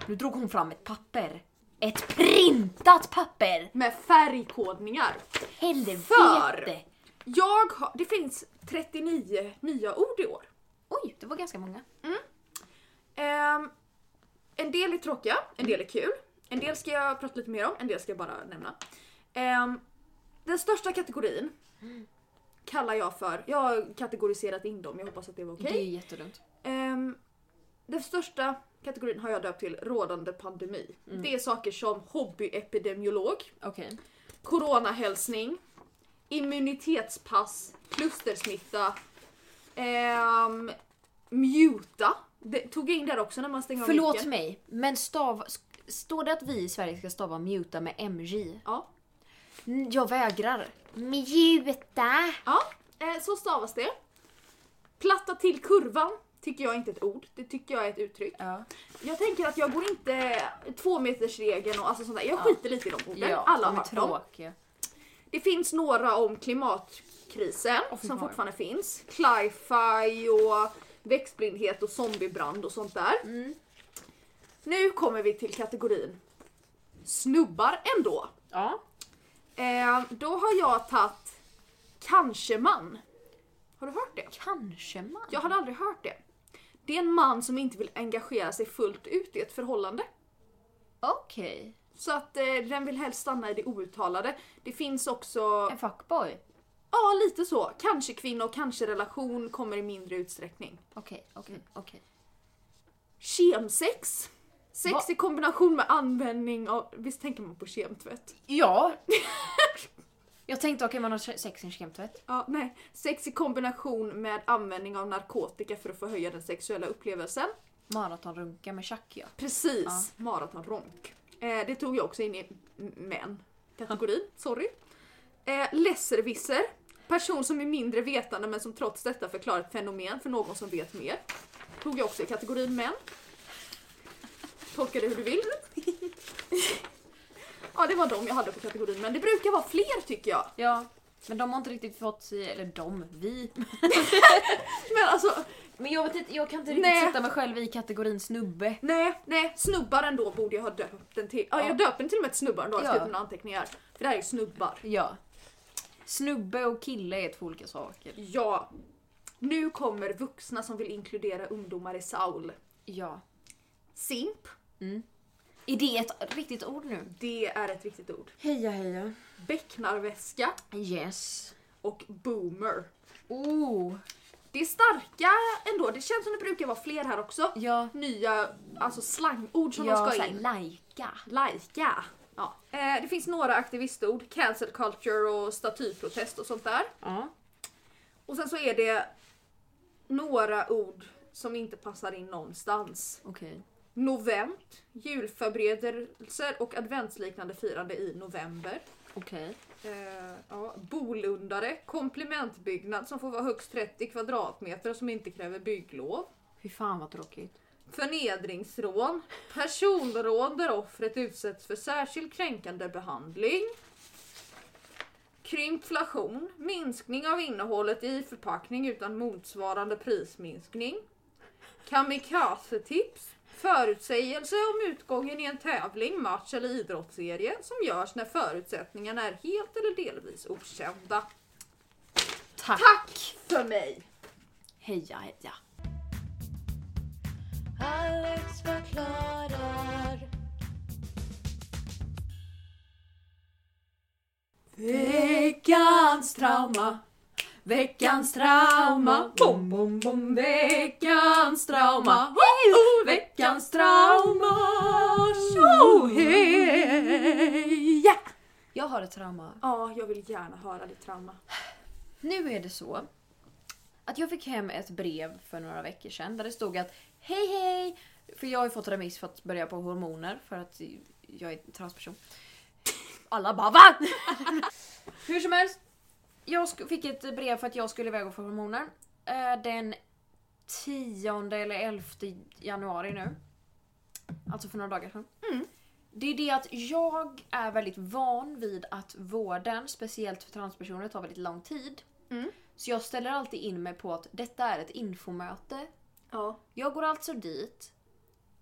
Speaker 1: Nu drog hon fram ett papper. Ett printat papper!
Speaker 2: med färgkodningar.
Speaker 1: Helvete!
Speaker 2: För- Jag har, det finns 39 nya ord i år.
Speaker 1: Oj, det var ganska många.
Speaker 2: Ehm, en del är tråkiga, en del är kul. En del ska jag prata lite mer om, en del ska jag bara nämna. Ehm, den största kategorin kallar jag för, jag har kategoriserat in dem, jag hoppas att det var okej.
Speaker 1: Det är ju jättedumt.
Speaker 2: Ehm, den största kategorin har jag döpt till rådande pandemi.
Speaker 1: Mm.
Speaker 2: Det är saker som hobbyepidemiolog,
Speaker 1: Okej.
Speaker 2: coronahälsning, immunitetspass, klustersmitta, ehm, muta. Det, tog jag in där också när man stänger av
Speaker 1: Förlåt
Speaker 2: micken?
Speaker 1: mig, men stav... sk- Står det att vi i Sverige ska stava muta med MJ?
Speaker 2: Ja.
Speaker 1: Mm, Jag vägrar. Muta!
Speaker 2: Eh, så stavas det. Platta till kurvan tycker jag inte är ett ord, det tycker jag är ett uttryck.
Speaker 1: Ja.
Speaker 2: Jag tänker att jag går inte två meters regeln och alltså sånt där. Jag
Speaker 1: Ja.
Speaker 2: skiter lite i de orden. Alla har hört dem.
Speaker 1: tråkiga.
Speaker 2: Det finns några om klimatkrisen som fortfarande finns. Cli-fi och växtblindhet och zombiebrand och sånt där.
Speaker 1: Mm.
Speaker 2: Nu kommer vi till kategorin snubbar ändå.
Speaker 5: Ja.
Speaker 2: Eh, då har jag tagit kanske man. Har du hört det?
Speaker 1: Kanske man.
Speaker 2: Jag hade aldrig hört det. Det är en man som inte vill engagera sig fullt ut i ett förhållande.
Speaker 1: Okej.
Speaker 2: Så att eh, den vill helst stanna i det outtalade. Det finns också
Speaker 1: En fuckboy.
Speaker 2: Ja, lite så. Kanske kvinna och kanske relation kommer i mindre utsträckning.
Speaker 1: Okej, okej, okej.
Speaker 2: Kemsex. Sex
Speaker 1: Va?
Speaker 2: i kombination med användning av... Visst tänker man på kemtvätt?
Speaker 1: Ja! Jag tänkte okej man har sex i en kemtvätt.
Speaker 2: Ja, nej. Sex i kombination med användning av narkotika för att förhöja den sexuella upplevelsen.
Speaker 1: Maratonrunka med tjack ja.
Speaker 2: Precis. Maratonronk. Eh, det tog jag också in i m- män-kategorin. Sorry. Eh, Lesserwisser. Person som är mindre vetande men som trots detta förklarar ett fenomen för någon som vet mer. Tog jag också i kategorin män. Tolka det hur du vill. ja, det var de jag hade på kategorin men det brukar vara fler tycker jag.
Speaker 1: Ja. Men de har inte riktigt fått, sig- eller de, vi.
Speaker 2: Men alltså,
Speaker 1: Men jag vet inte, jag kan inte riktigt
Speaker 2: Nej.
Speaker 1: sätta mig själv i kategorin snubbe.
Speaker 2: Nej, nej, snubbar ändå borde jag ha döpt den till. Ja, jag döpte den till och med till snubbar ändå, jag
Speaker 1: Ja.
Speaker 2: skrev mina anteckningar. För det här är snubbar.
Speaker 1: Ja. Snubbe och kille är två olika saker.
Speaker 2: Ja. Nu kommer vuxna som vill inkludera ungdomar i Saul.
Speaker 1: Ja.
Speaker 2: Simp,
Speaker 1: Är det ett riktigt ord nu?
Speaker 2: det är ett riktigt ord.
Speaker 1: Heja heja.
Speaker 2: Becknarväska
Speaker 1: Yes.
Speaker 2: och boomer.
Speaker 1: Oh.
Speaker 2: Det är starka ändå, det känns som det brukar vara fler här också.
Speaker 1: Ja.
Speaker 2: Nya alltså slangord som de ska
Speaker 1: såhär,
Speaker 2: in.
Speaker 1: Lajka.
Speaker 2: Lajka. Ja. Eh, det finns några aktivistord, cancel culture och statyprotest och sånt där.
Speaker 5: Ja.
Speaker 2: Och sen så är det några ord som inte passar in någonstans.
Speaker 1: Okej.
Speaker 2: Novent, julförberedelser och adventsliknande firande i november.
Speaker 1: Okej.
Speaker 2: Eh, ja, bolundare, komplementbyggnad som får vara högst 30 kvadratmeter och som inte kräver bygglov.
Speaker 1: Fy fan vad tråkigt.
Speaker 2: Förnedringsrån, personrån där offret utsätts för särskilt kränkande behandling.
Speaker 3: Krympflation, minskning av innehållet i förpackning utan motsvarande prisminskning. Kamikazetips, förutsägelse om utgången i en tävling, match eller idrottsserie som görs när förutsättningarna är helt eller delvis okända.
Speaker 1: Tack.
Speaker 3: Tack för mig!
Speaker 1: Heja heja.
Speaker 4: Alex förklarar.
Speaker 2: Veckans trauma. Veckans trauma. Bom, bom, bom. Veckans trauma. Woo! Veckans trauma. Tjo hej! Ja,
Speaker 7: Jag har ett trauma.
Speaker 2: jag vill gärna höra ditt trauma.
Speaker 1: Nu är det så att jag fick hem ett brev för några veckor sedan där det stod att hej hej! För jag har ju fått remiss för att börja på hormoner för att jag är transperson. Alla bara VA? Hur som helst. Jag sk- fick ett brev för att jag skulle iväg och få hormoner. eh, Den 10 eller 11 januari nu. Alltså för några dagar sedan. Det är det att jag är väldigt van vid att vården, speciellt för transpersoner, tar väldigt lång tid. Så jag ställer alltid in mig på att detta är ett infomöte.
Speaker 2: Ja.
Speaker 1: Jag går alltså dit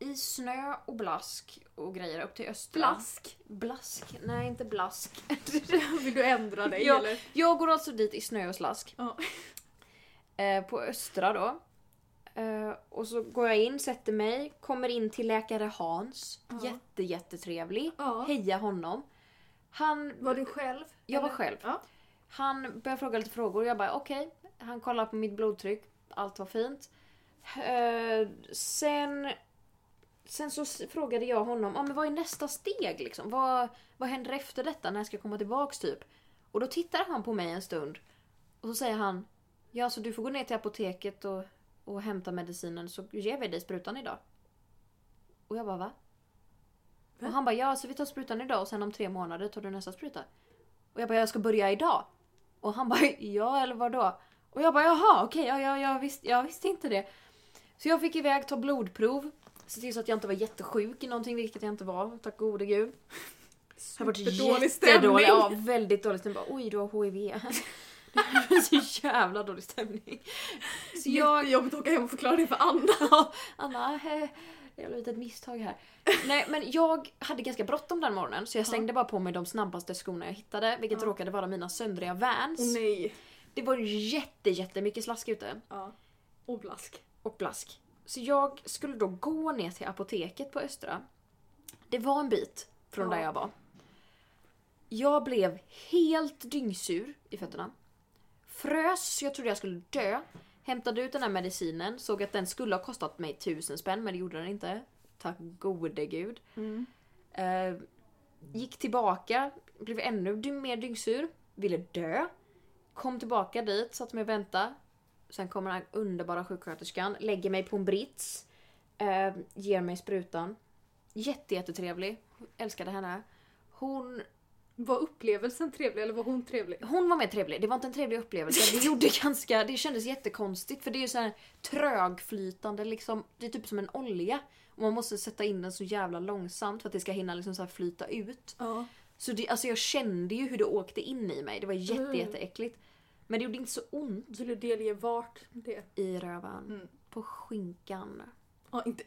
Speaker 1: i snö och blask och grejer upp till Östra.
Speaker 2: Blask.
Speaker 1: Blask? Nej, inte blask.
Speaker 2: Vill du ändra dig
Speaker 1: Ja.
Speaker 2: eller?
Speaker 1: Jag går alltså dit i snö och slask.
Speaker 2: Ja.
Speaker 1: Eh, på Östra då. Eh, och så går jag in, sätter mig, kommer in till läkare Hans. Jätte, jättetrevlig.
Speaker 2: Ja.
Speaker 1: Heja honom. Han
Speaker 2: Var du själv?
Speaker 1: Jag var
Speaker 2: Eller?
Speaker 1: själv.
Speaker 2: Ja.
Speaker 1: Han började fråga lite frågor. Jag bara okej. Han kollade på mitt blodtryck. Allt var fint. Eh, sen, sen så s- frågade jag honom ah, men vad är nästa steg. Liksom? Vad, vad händer efter detta? När ska jag komma tillbaks? Typ? Och då tittade han på mig en stund. Och så säger han ja så du får gå ner till apoteket och, och hämta medicinen så ger vi dig sprutan idag. Och jag bara va? Och han bara ja så vi tar sprutan idag och sen om tre månader tar du nästa spruta. Och jag bara, jag ska börja idag. Och han bara, ja eller vadå? Och jag bara, jaha okej, ja, ja, jag, visst, jag visste inte det. Så jag fick iväg ta blodprov. Se till så att jag inte var jättesjuk i någonting, vilket jag inte var. Tack gode gud. Det har varit
Speaker 2: Superdålig
Speaker 1: jättedålig-
Speaker 2: stämning.
Speaker 1: Ja, väldigt dålig stämning. Bara, Oj, du har HIV. Det var så jävla dålig stämning. Så jag...
Speaker 2: Jättejobbigt att åka hem och förklara det för andra.
Speaker 1: Ja, Anna, eh, jag har gjort ett misstag här. Nej men jag hade ganska bråttom den morgonen så jag slängde bara på mig de snabbaste skorna jag hittade vilket
Speaker 2: Ja.
Speaker 1: råkade vara mina söndriga Vans.
Speaker 2: nej.
Speaker 1: Det var jätte, jättemycket slask ute.
Speaker 2: Ja. Och blask.
Speaker 1: Och blask. Så jag skulle då gå ner till apoteket på Östra. Det var en bit från
Speaker 2: Ja.
Speaker 1: där jag var. Jag blev helt dyngsur i fötterna. Frös, så jag trodde jag skulle dö. Hämtade ut den här medicinen, såg att den skulle ha kostat mig tusen spänn men det gjorde den inte. Tack gode gud. Eh, gick tillbaka, blev ännu dy- mer dyngsur, ville dö. Kom tillbaka dit, satt mig och väntade. Sen kommer den här underbara sjuksköterskan, lägger mig på en brits. Eh, ger mig sprutan. Jätte, jättetrevlig. Älskade henne. Hon,
Speaker 2: Var upplevelsen trevlig eller var hon trevlig?
Speaker 1: hon var mer trevlig. Det var inte en trevlig upplevelse. Det, gjorde ganska, det kändes jättekonstigt för det är ju så här trögflytande. Liksom, det är typ som en olja. Och man måste sätta in den så jävla långsamt för att det ska hinna liksom så här flyta ut.
Speaker 2: Ja.
Speaker 1: Så det, alltså jag kände ju hur det åkte in i mig. Det var jätte,
Speaker 2: Mm.
Speaker 1: jätteäckligt. Men det gjorde inte så ont
Speaker 2: Vill du delge vart det?
Speaker 1: i röven.
Speaker 2: Mm.
Speaker 1: På skinkan.
Speaker 2: Ja, inte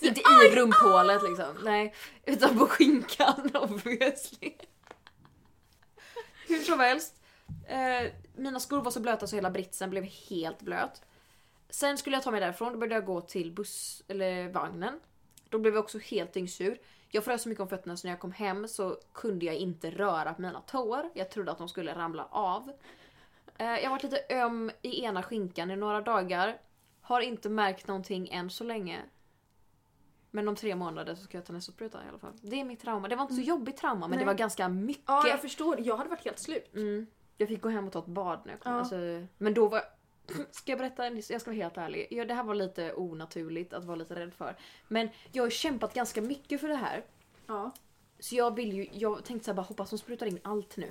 Speaker 1: Inte i rumphålet liksom. Nej. Utan på skinkan obviously. Hur som helst. Eh, mina skor var så blöta så hela britsen blev helt blöt. Sen skulle jag ta mig därifrån. Då började jag gå till buss, eller vagnen. Då blev jag också helt dyngsur. Jag frös så mycket om fötterna så när jag kom hem så kunde jag inte röra på mina tår. Jag trodde att de skulle ramla av. Eh, jag har varit lite öm i ena skinkan i några dagar. Har inte märkt någonting än så länge. Men om tre månader så ska jag ta nästa spruta i alla fall. Det är mitt trauma. Det var inte så jobbigt trauma men
Speaker 2: Mm. Nej.
Speaker 1: det var ganska mycket.
Speaker 2: Ja, jag förstår. Jag hade varit helt slut.
Speaker 1: Mm. Jag fick gå hem och ta ett bad när jag kom.
Speaker 2: Ja.
Speaker 1: Alltså, men då var Ska jag berätta? en his- Jag ska vara helt ärlig. Ja, det här var lite onaturligt att vara lite rädd för. Men jag har kämpat ganska mycket för det här.
Speaker 2: Ja.
Speaker 1: Så jag vill ju, jag tänkte såhär bara hoppas hon sprutar in allt nu.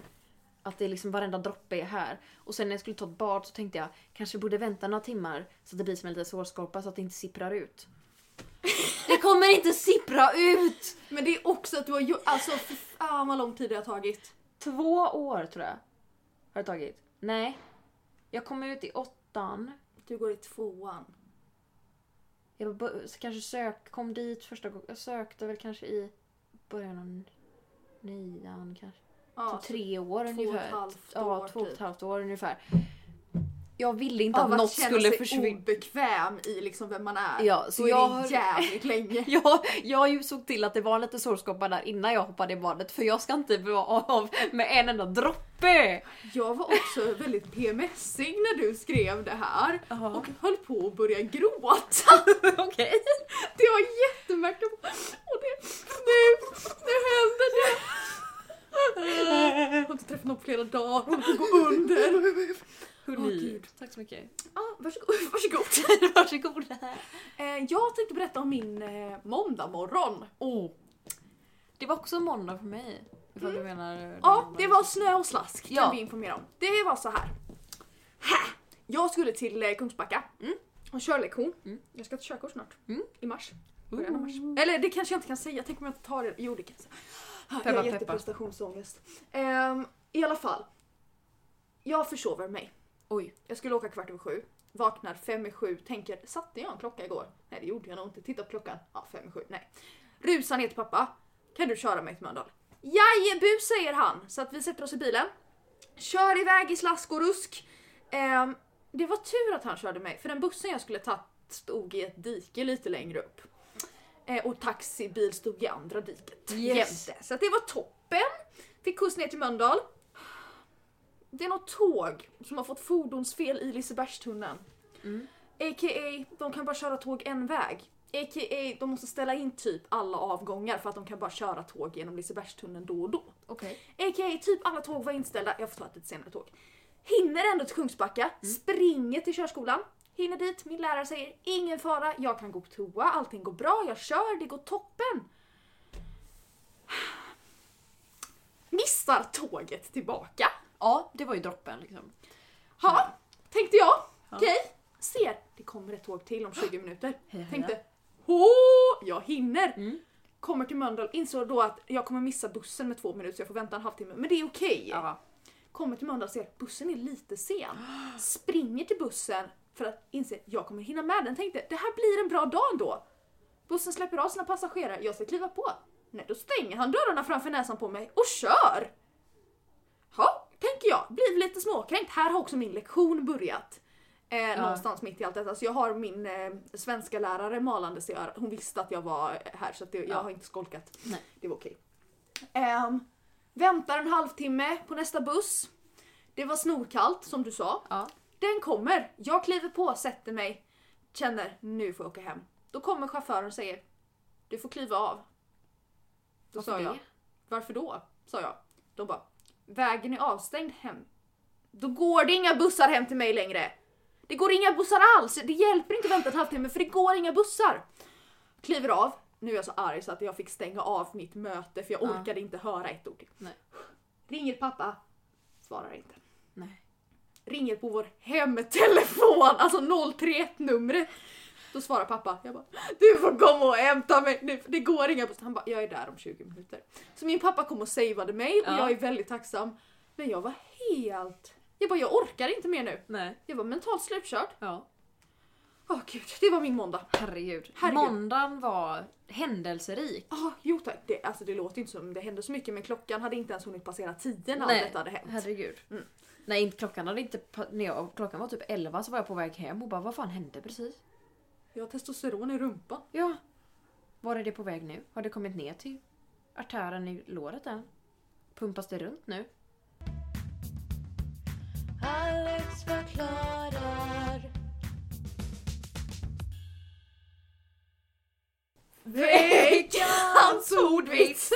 Speaker 1: Att det är liksom varenda droppe är här. Och sen när jag skulle ta ett bad så tänkte jag kanske borde vänta några timmar så att det blir som en liten sårskorpa så att det inte sipprar ut. Det kommer inte sippra ut!
Speaker 2: Men det är också att du har gjort... Alltså fy fan vad lång tid det har tagit.
Speaker 1: Två år tror jag. Har du tagit? Nej. Jag kom ut i åttan.
Speaker 2: Du går i tvåan.
Speaker 1: Jag var bo- så kanske sök, kom dit första gången. Jag sökte väl kanske i början av nian kanske.
Speaker 2: Ja,
Speaker 1: typ tre år
Speaker 2: två och ett
Speaker 1: ungefär.
Speaker 2: halvt
Speaker 1: ja,
Speaker 2: år,
Speaker 1: två och ett
Speaker 2: typ.
Speaker 1: halvt år ungefär. Jag ville inte
Speaker 2: Av
Speaker 1: att något
Speaker 2: att känna
Speaker 1: skulle
Speaker 2: sig
Speaker 1: försvinna.
Speaker 2: obekväm i liksom vem man är.
Speaker 1: Ja, så
Speaker 2: Då är
Speaker 1: jag
Speaker 2: det
Speaker 1: har-
Speaker 2: jävligt länge.
Speaker 1: Jag, jag ju såg till att det var lite sårskorpa där innan jag hoppade i badet för jag ska inte vara av med en enda droppe!
Speaker 2: Jag var också väldigt PMSig när du skrev det här
Speaker 1: Jaha,
Speaker 2: och höll på att börja gråta.
Speaker 1: okej.
Speaker 2: Det var jättemärkligt. Och det, nu, nu händer det!
Speaker 1: Eh.
Speaker 2: Jag har inte träffat någon på flera dagar, hon får gå under.
Speaker 1: Hörni,
Speaker 2: Åh, gud.
Speaker 1: tack så mycket.
Speaker 2: Ah, varsågod. varsågod.
Speaker 1: Varsågoda.
Speaker 2: Eh, jag tänkte berätta om min eh, måndagmorgon.
Speaker 1: Oh. Det var också måndag för mig. Ifall du menar...
Speaker 2: Mm.
Speaker 1: eh,
Speaker 2: Ja, det var snö och slask kan
Speaker 1: Ja.
Speaker 2: vi informera om. Det var så här. Ha! Jag skulle till eh, Kungsbacka och köra lektion.
Speaker 1: Mm.
Speaker 2: Jag ska ta körkort snart.
Speaker 1: Mm.
Speaker 2: I mars. Början av mars. Eller det kanske jag inte kan säga, tänk om jag inte tar det. Jo det kan jag säga. jag
Speaker 1: Peppa,
Speaker 2: har
Speaker 1: peppa.
Speaker 2: jätteprestationsångest. Ehm, I alla fall. Jag försover mig.
Speaker 1: Oj.
Speaker 2: Jag skulle åka kvart över sju. Vaknar fem i sju, tänker satte jag en klocka igår? Nej det gjorde jag nog inte. Titta på klockan. Ja fem i sju, nej. Rusar ner till pappa. Kan du köra mig till Mölndal? Jajebu säger han! Så att vi sätter oss i bilen. Kör iväg i slask och rusk. Ehm, det var tur att han körde mig för den bussen jag skulle ta stod i ett dike lite längre upp. Eh, och taxibil stod i andra diket
Speaker 1: Yes.
Speaker 2: jämte. Så att det var toppen. Fick skjuts ner till Mölndal. Det är något tåg som har fått fordonsfel i Lisebergstunneln. A.k.a. de kan bara köra tåg en väg. A.k.a. de måste ställa in typ alla avgångar för att de kan bara köra tåg genom Lisebergstunneln då och då.
Speaker 1: Okej.
Speaker 2: A.k.a. typ alla tåg var inställda, jag får ta ett lite senare tåg. Hinner ändå till Kungsbacka, springer till körskolan. Hinner dit, min lärare säger ingen fara, jag kan gå på toa, allting går bra, jag kör, det går toppen. Missar tåget tillbaka.
Speaker 1: Ja, det var ju droppen liksom.
Speaker 2: Ja, tänkte jag. Okej, ser. Det kommer ett tåg till om 20 minuter.
Speaker 1: Hej, hej.
Speaker 2: Tänkte, hå, jag hinner.
Speaker 1: Mm.
Speaker 2: Kommer till Mölndal, insåg då att jag kommer missa bussen med två minuter så jag får vänta en halvtimme. Men det är okej.
Speaker 1: Ja.
Speaker 2: Kommer till Mölndal och ser att bussen är lite sen. Springer till bussen för att inse att jag kommer hinna med den. Tänkte det här blir en bra dag ändå. Bussen släpper av sina passagerare, jag ska kliva på. Nej, då stänger han dörrarna framför näsan på mig och kör! Ja, tänker jag. Blir lite småkränkt. Här har också min lektion börjat. Eh, Någonstans mitt i allt detta. Så jag har min eh, svenska lärare malandes i örat. Hon visste att jag var här så att det, jag
Speaker 1: Ja.
Speaker 2: har inte skolkat.
Speaker 1: Nej.
Speaker 2: Det var okej. Ehm, väntar en halvtimme på nästa buss. Det var snorkallt som du sa.
Speaker 1: Ja.
Speaker 2: Den kommer. Jag kliver på, sätter mig, känner nu får jag åka hem. Då kommer chauffören och säger du får kliva av. Då sa
Speaker 1: Varför
Speaker 2: jag
Speaker 1: det?
Speaker 2: varför då? Sa jag. De bara vägen är avstängd hem. Då går det inga bussar hem till mig längre. Det går inga bussar alls. Det hjälper inte att vänta en halvtimme för det går inga bussar. Kliver av. Nu är jag så arg så att jag fick stänga av mitt möte för jag
Speaker 1: Ja.
Speaker 2: orkade inte höra ett ord.
Speaker 1: Nej.
Speaker 2: Ringer pappa. Svarar inte
Speaker 1: Nej.
Speaker 2: ringer på vår hemtelefon, alltså 031-numret. Då svarar pappa, jag bara du får komma och hämta mig nu för det går inga bussar. Han bara jag är där om 20 minuter. Så min pappa kom och savade mig och
Speaker 1: Ja.
Speaker 2: jag är väldigt tacksam. Men jag var helt... Jag bara jag orkar inte mer nu.
Speaker 1: Nej.
Speaker 2: Jag var mentalt slutkörd.
Speaker 1: Ja.
Speaker 2: Åh gud, det var min måndag.
Speaker 1: Herregud.
Speaker 2: Herregud.
Speaker 1: Måndagen var händelserik.
Speaker 2: Ah, jo tack. Det, alltså det låter ju inte som det hände så mycket men klockan hade inte ens hunnit passera tio när
Speaker 1: Nej,
Speaker 2: allt detta hade hänt.
Speaker 1: Herregud.
Speaker 2: Mm.
Speaker 1: Nej, inte- klockan hade inte... pa- När jag, klockan var typ 11 så var jag på väg hem och bara vad fan hände precis?
Speaker 2: Jag har testosteron i rumpan.
Speaker 1: Ja. Var är det på väg nu? Har det kommit ner till artären i låret än? Pumpas det runt nu?
Speaker 4: Alex förklarar.
Speaker 2: Veckans ordvits!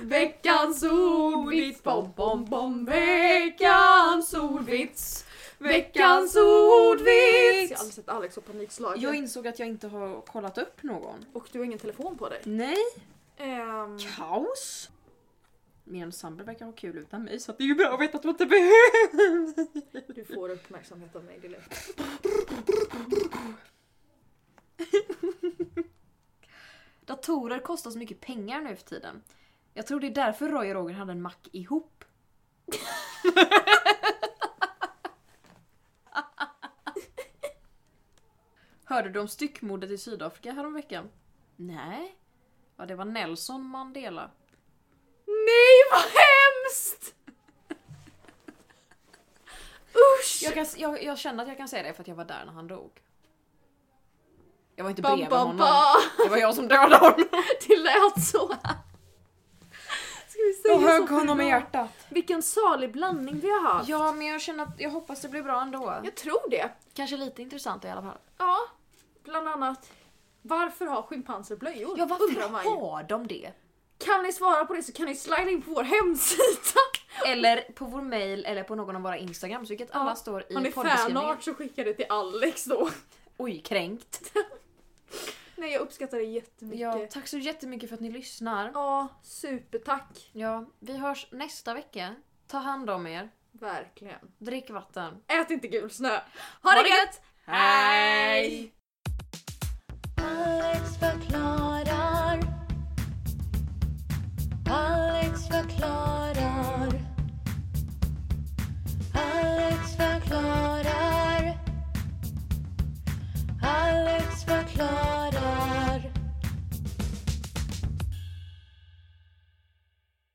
Speaker 2: Veckans ordvits! Bom, bom, bom. Veckans ordvits! Veckans ordvits! Jag har aldrig sett Alex ha panikslag.
Speaker 1: Jag insåg att jag inte har kollat upp någon.
Speaker 2: Och du har ingen telefon på dig.
Speaker 1: Nej.
Speaker 2: Ehm,
Speaker 1: Kaos? Min ensemble verkar ha kul utan mig så att det är ju bra att veta att man inte behövs.
Speaker 2: du får uppmärksamhet av mig, det är lugnt.
Speaker 1: Datorer kostar så mycket pengar nu för tiden. Jag tror det är därför Roy och Roger hade en mack ihop. Hörde du om styckmordet i Sydafrika häromveckan? Nej. Ja, det var Nelson Mandela.
Speaker 2: Nej vad hemskt! Usch!
Speaker 1: Jag, kan, jag, jag känner att jag kan säga det för att jag var där när han dog. Jag var inte
Speaker 2: Bam,
Speaker 1: bredvid
Speaker 2: bam,
Speaker 1: honom.
Speaker 2: bam.
Speaker 1: Det var jag som dödade honom.
Speaker 2: Det lät så. Ska vi säga
Speaker 1: Jag högg
Speaker 2: så för
Speaker 1: honom i
Speaker 2: idag?
Speaker 1: hjärtat.
Speaker 2: Vilken salig blandning vi har haft.
Speaker 1: Ja, men jag känner att jag hoppas det blir bra ändå.
Speaker 2: Jag tror det.
Speaker 1: Kanske lite intressant i alla fall.
Speaker 2: Ja, bland annat. Varför har schimpanser blöjor?
Speaker 1: Ja,
Speaker 2: Undrar man
Speaker 1: varför
Speaker 2: ju.
Speaker 1: har de det?
Speaker 2: Kan ni svara på det så kan ni slida in på vår hemsida.
Speaker 1: Eller på vår mail eller på någon av våra instagrams, vilket alla står
Speaker 2: Har
Speaker 1: i
Speaker 2: ni
Speaker 1: poddbeskrivningen.
Speaker 2: fanart så skicka det till Alex då.
Speaker 1: Oj, kränkt.
Speaker 2: Nej jag uppskattar det jättemycket.
Speaker 1: Ja,
Speaker 2: Ja,
Speaker 1: tack så jättemycket för att ni lyssnar.
Speaker 2: ja supertack.
Speaker 1: Ja, vi hörs nästa vecka. Ta hand om er.
Speaker 2: Verkligen.
Speaker 1: Drick vatten.
Speaker 2: Ät inte gul snö. Ha, det gött!
Speaker 1: Hej!
Speaker 4: Alex förklarar.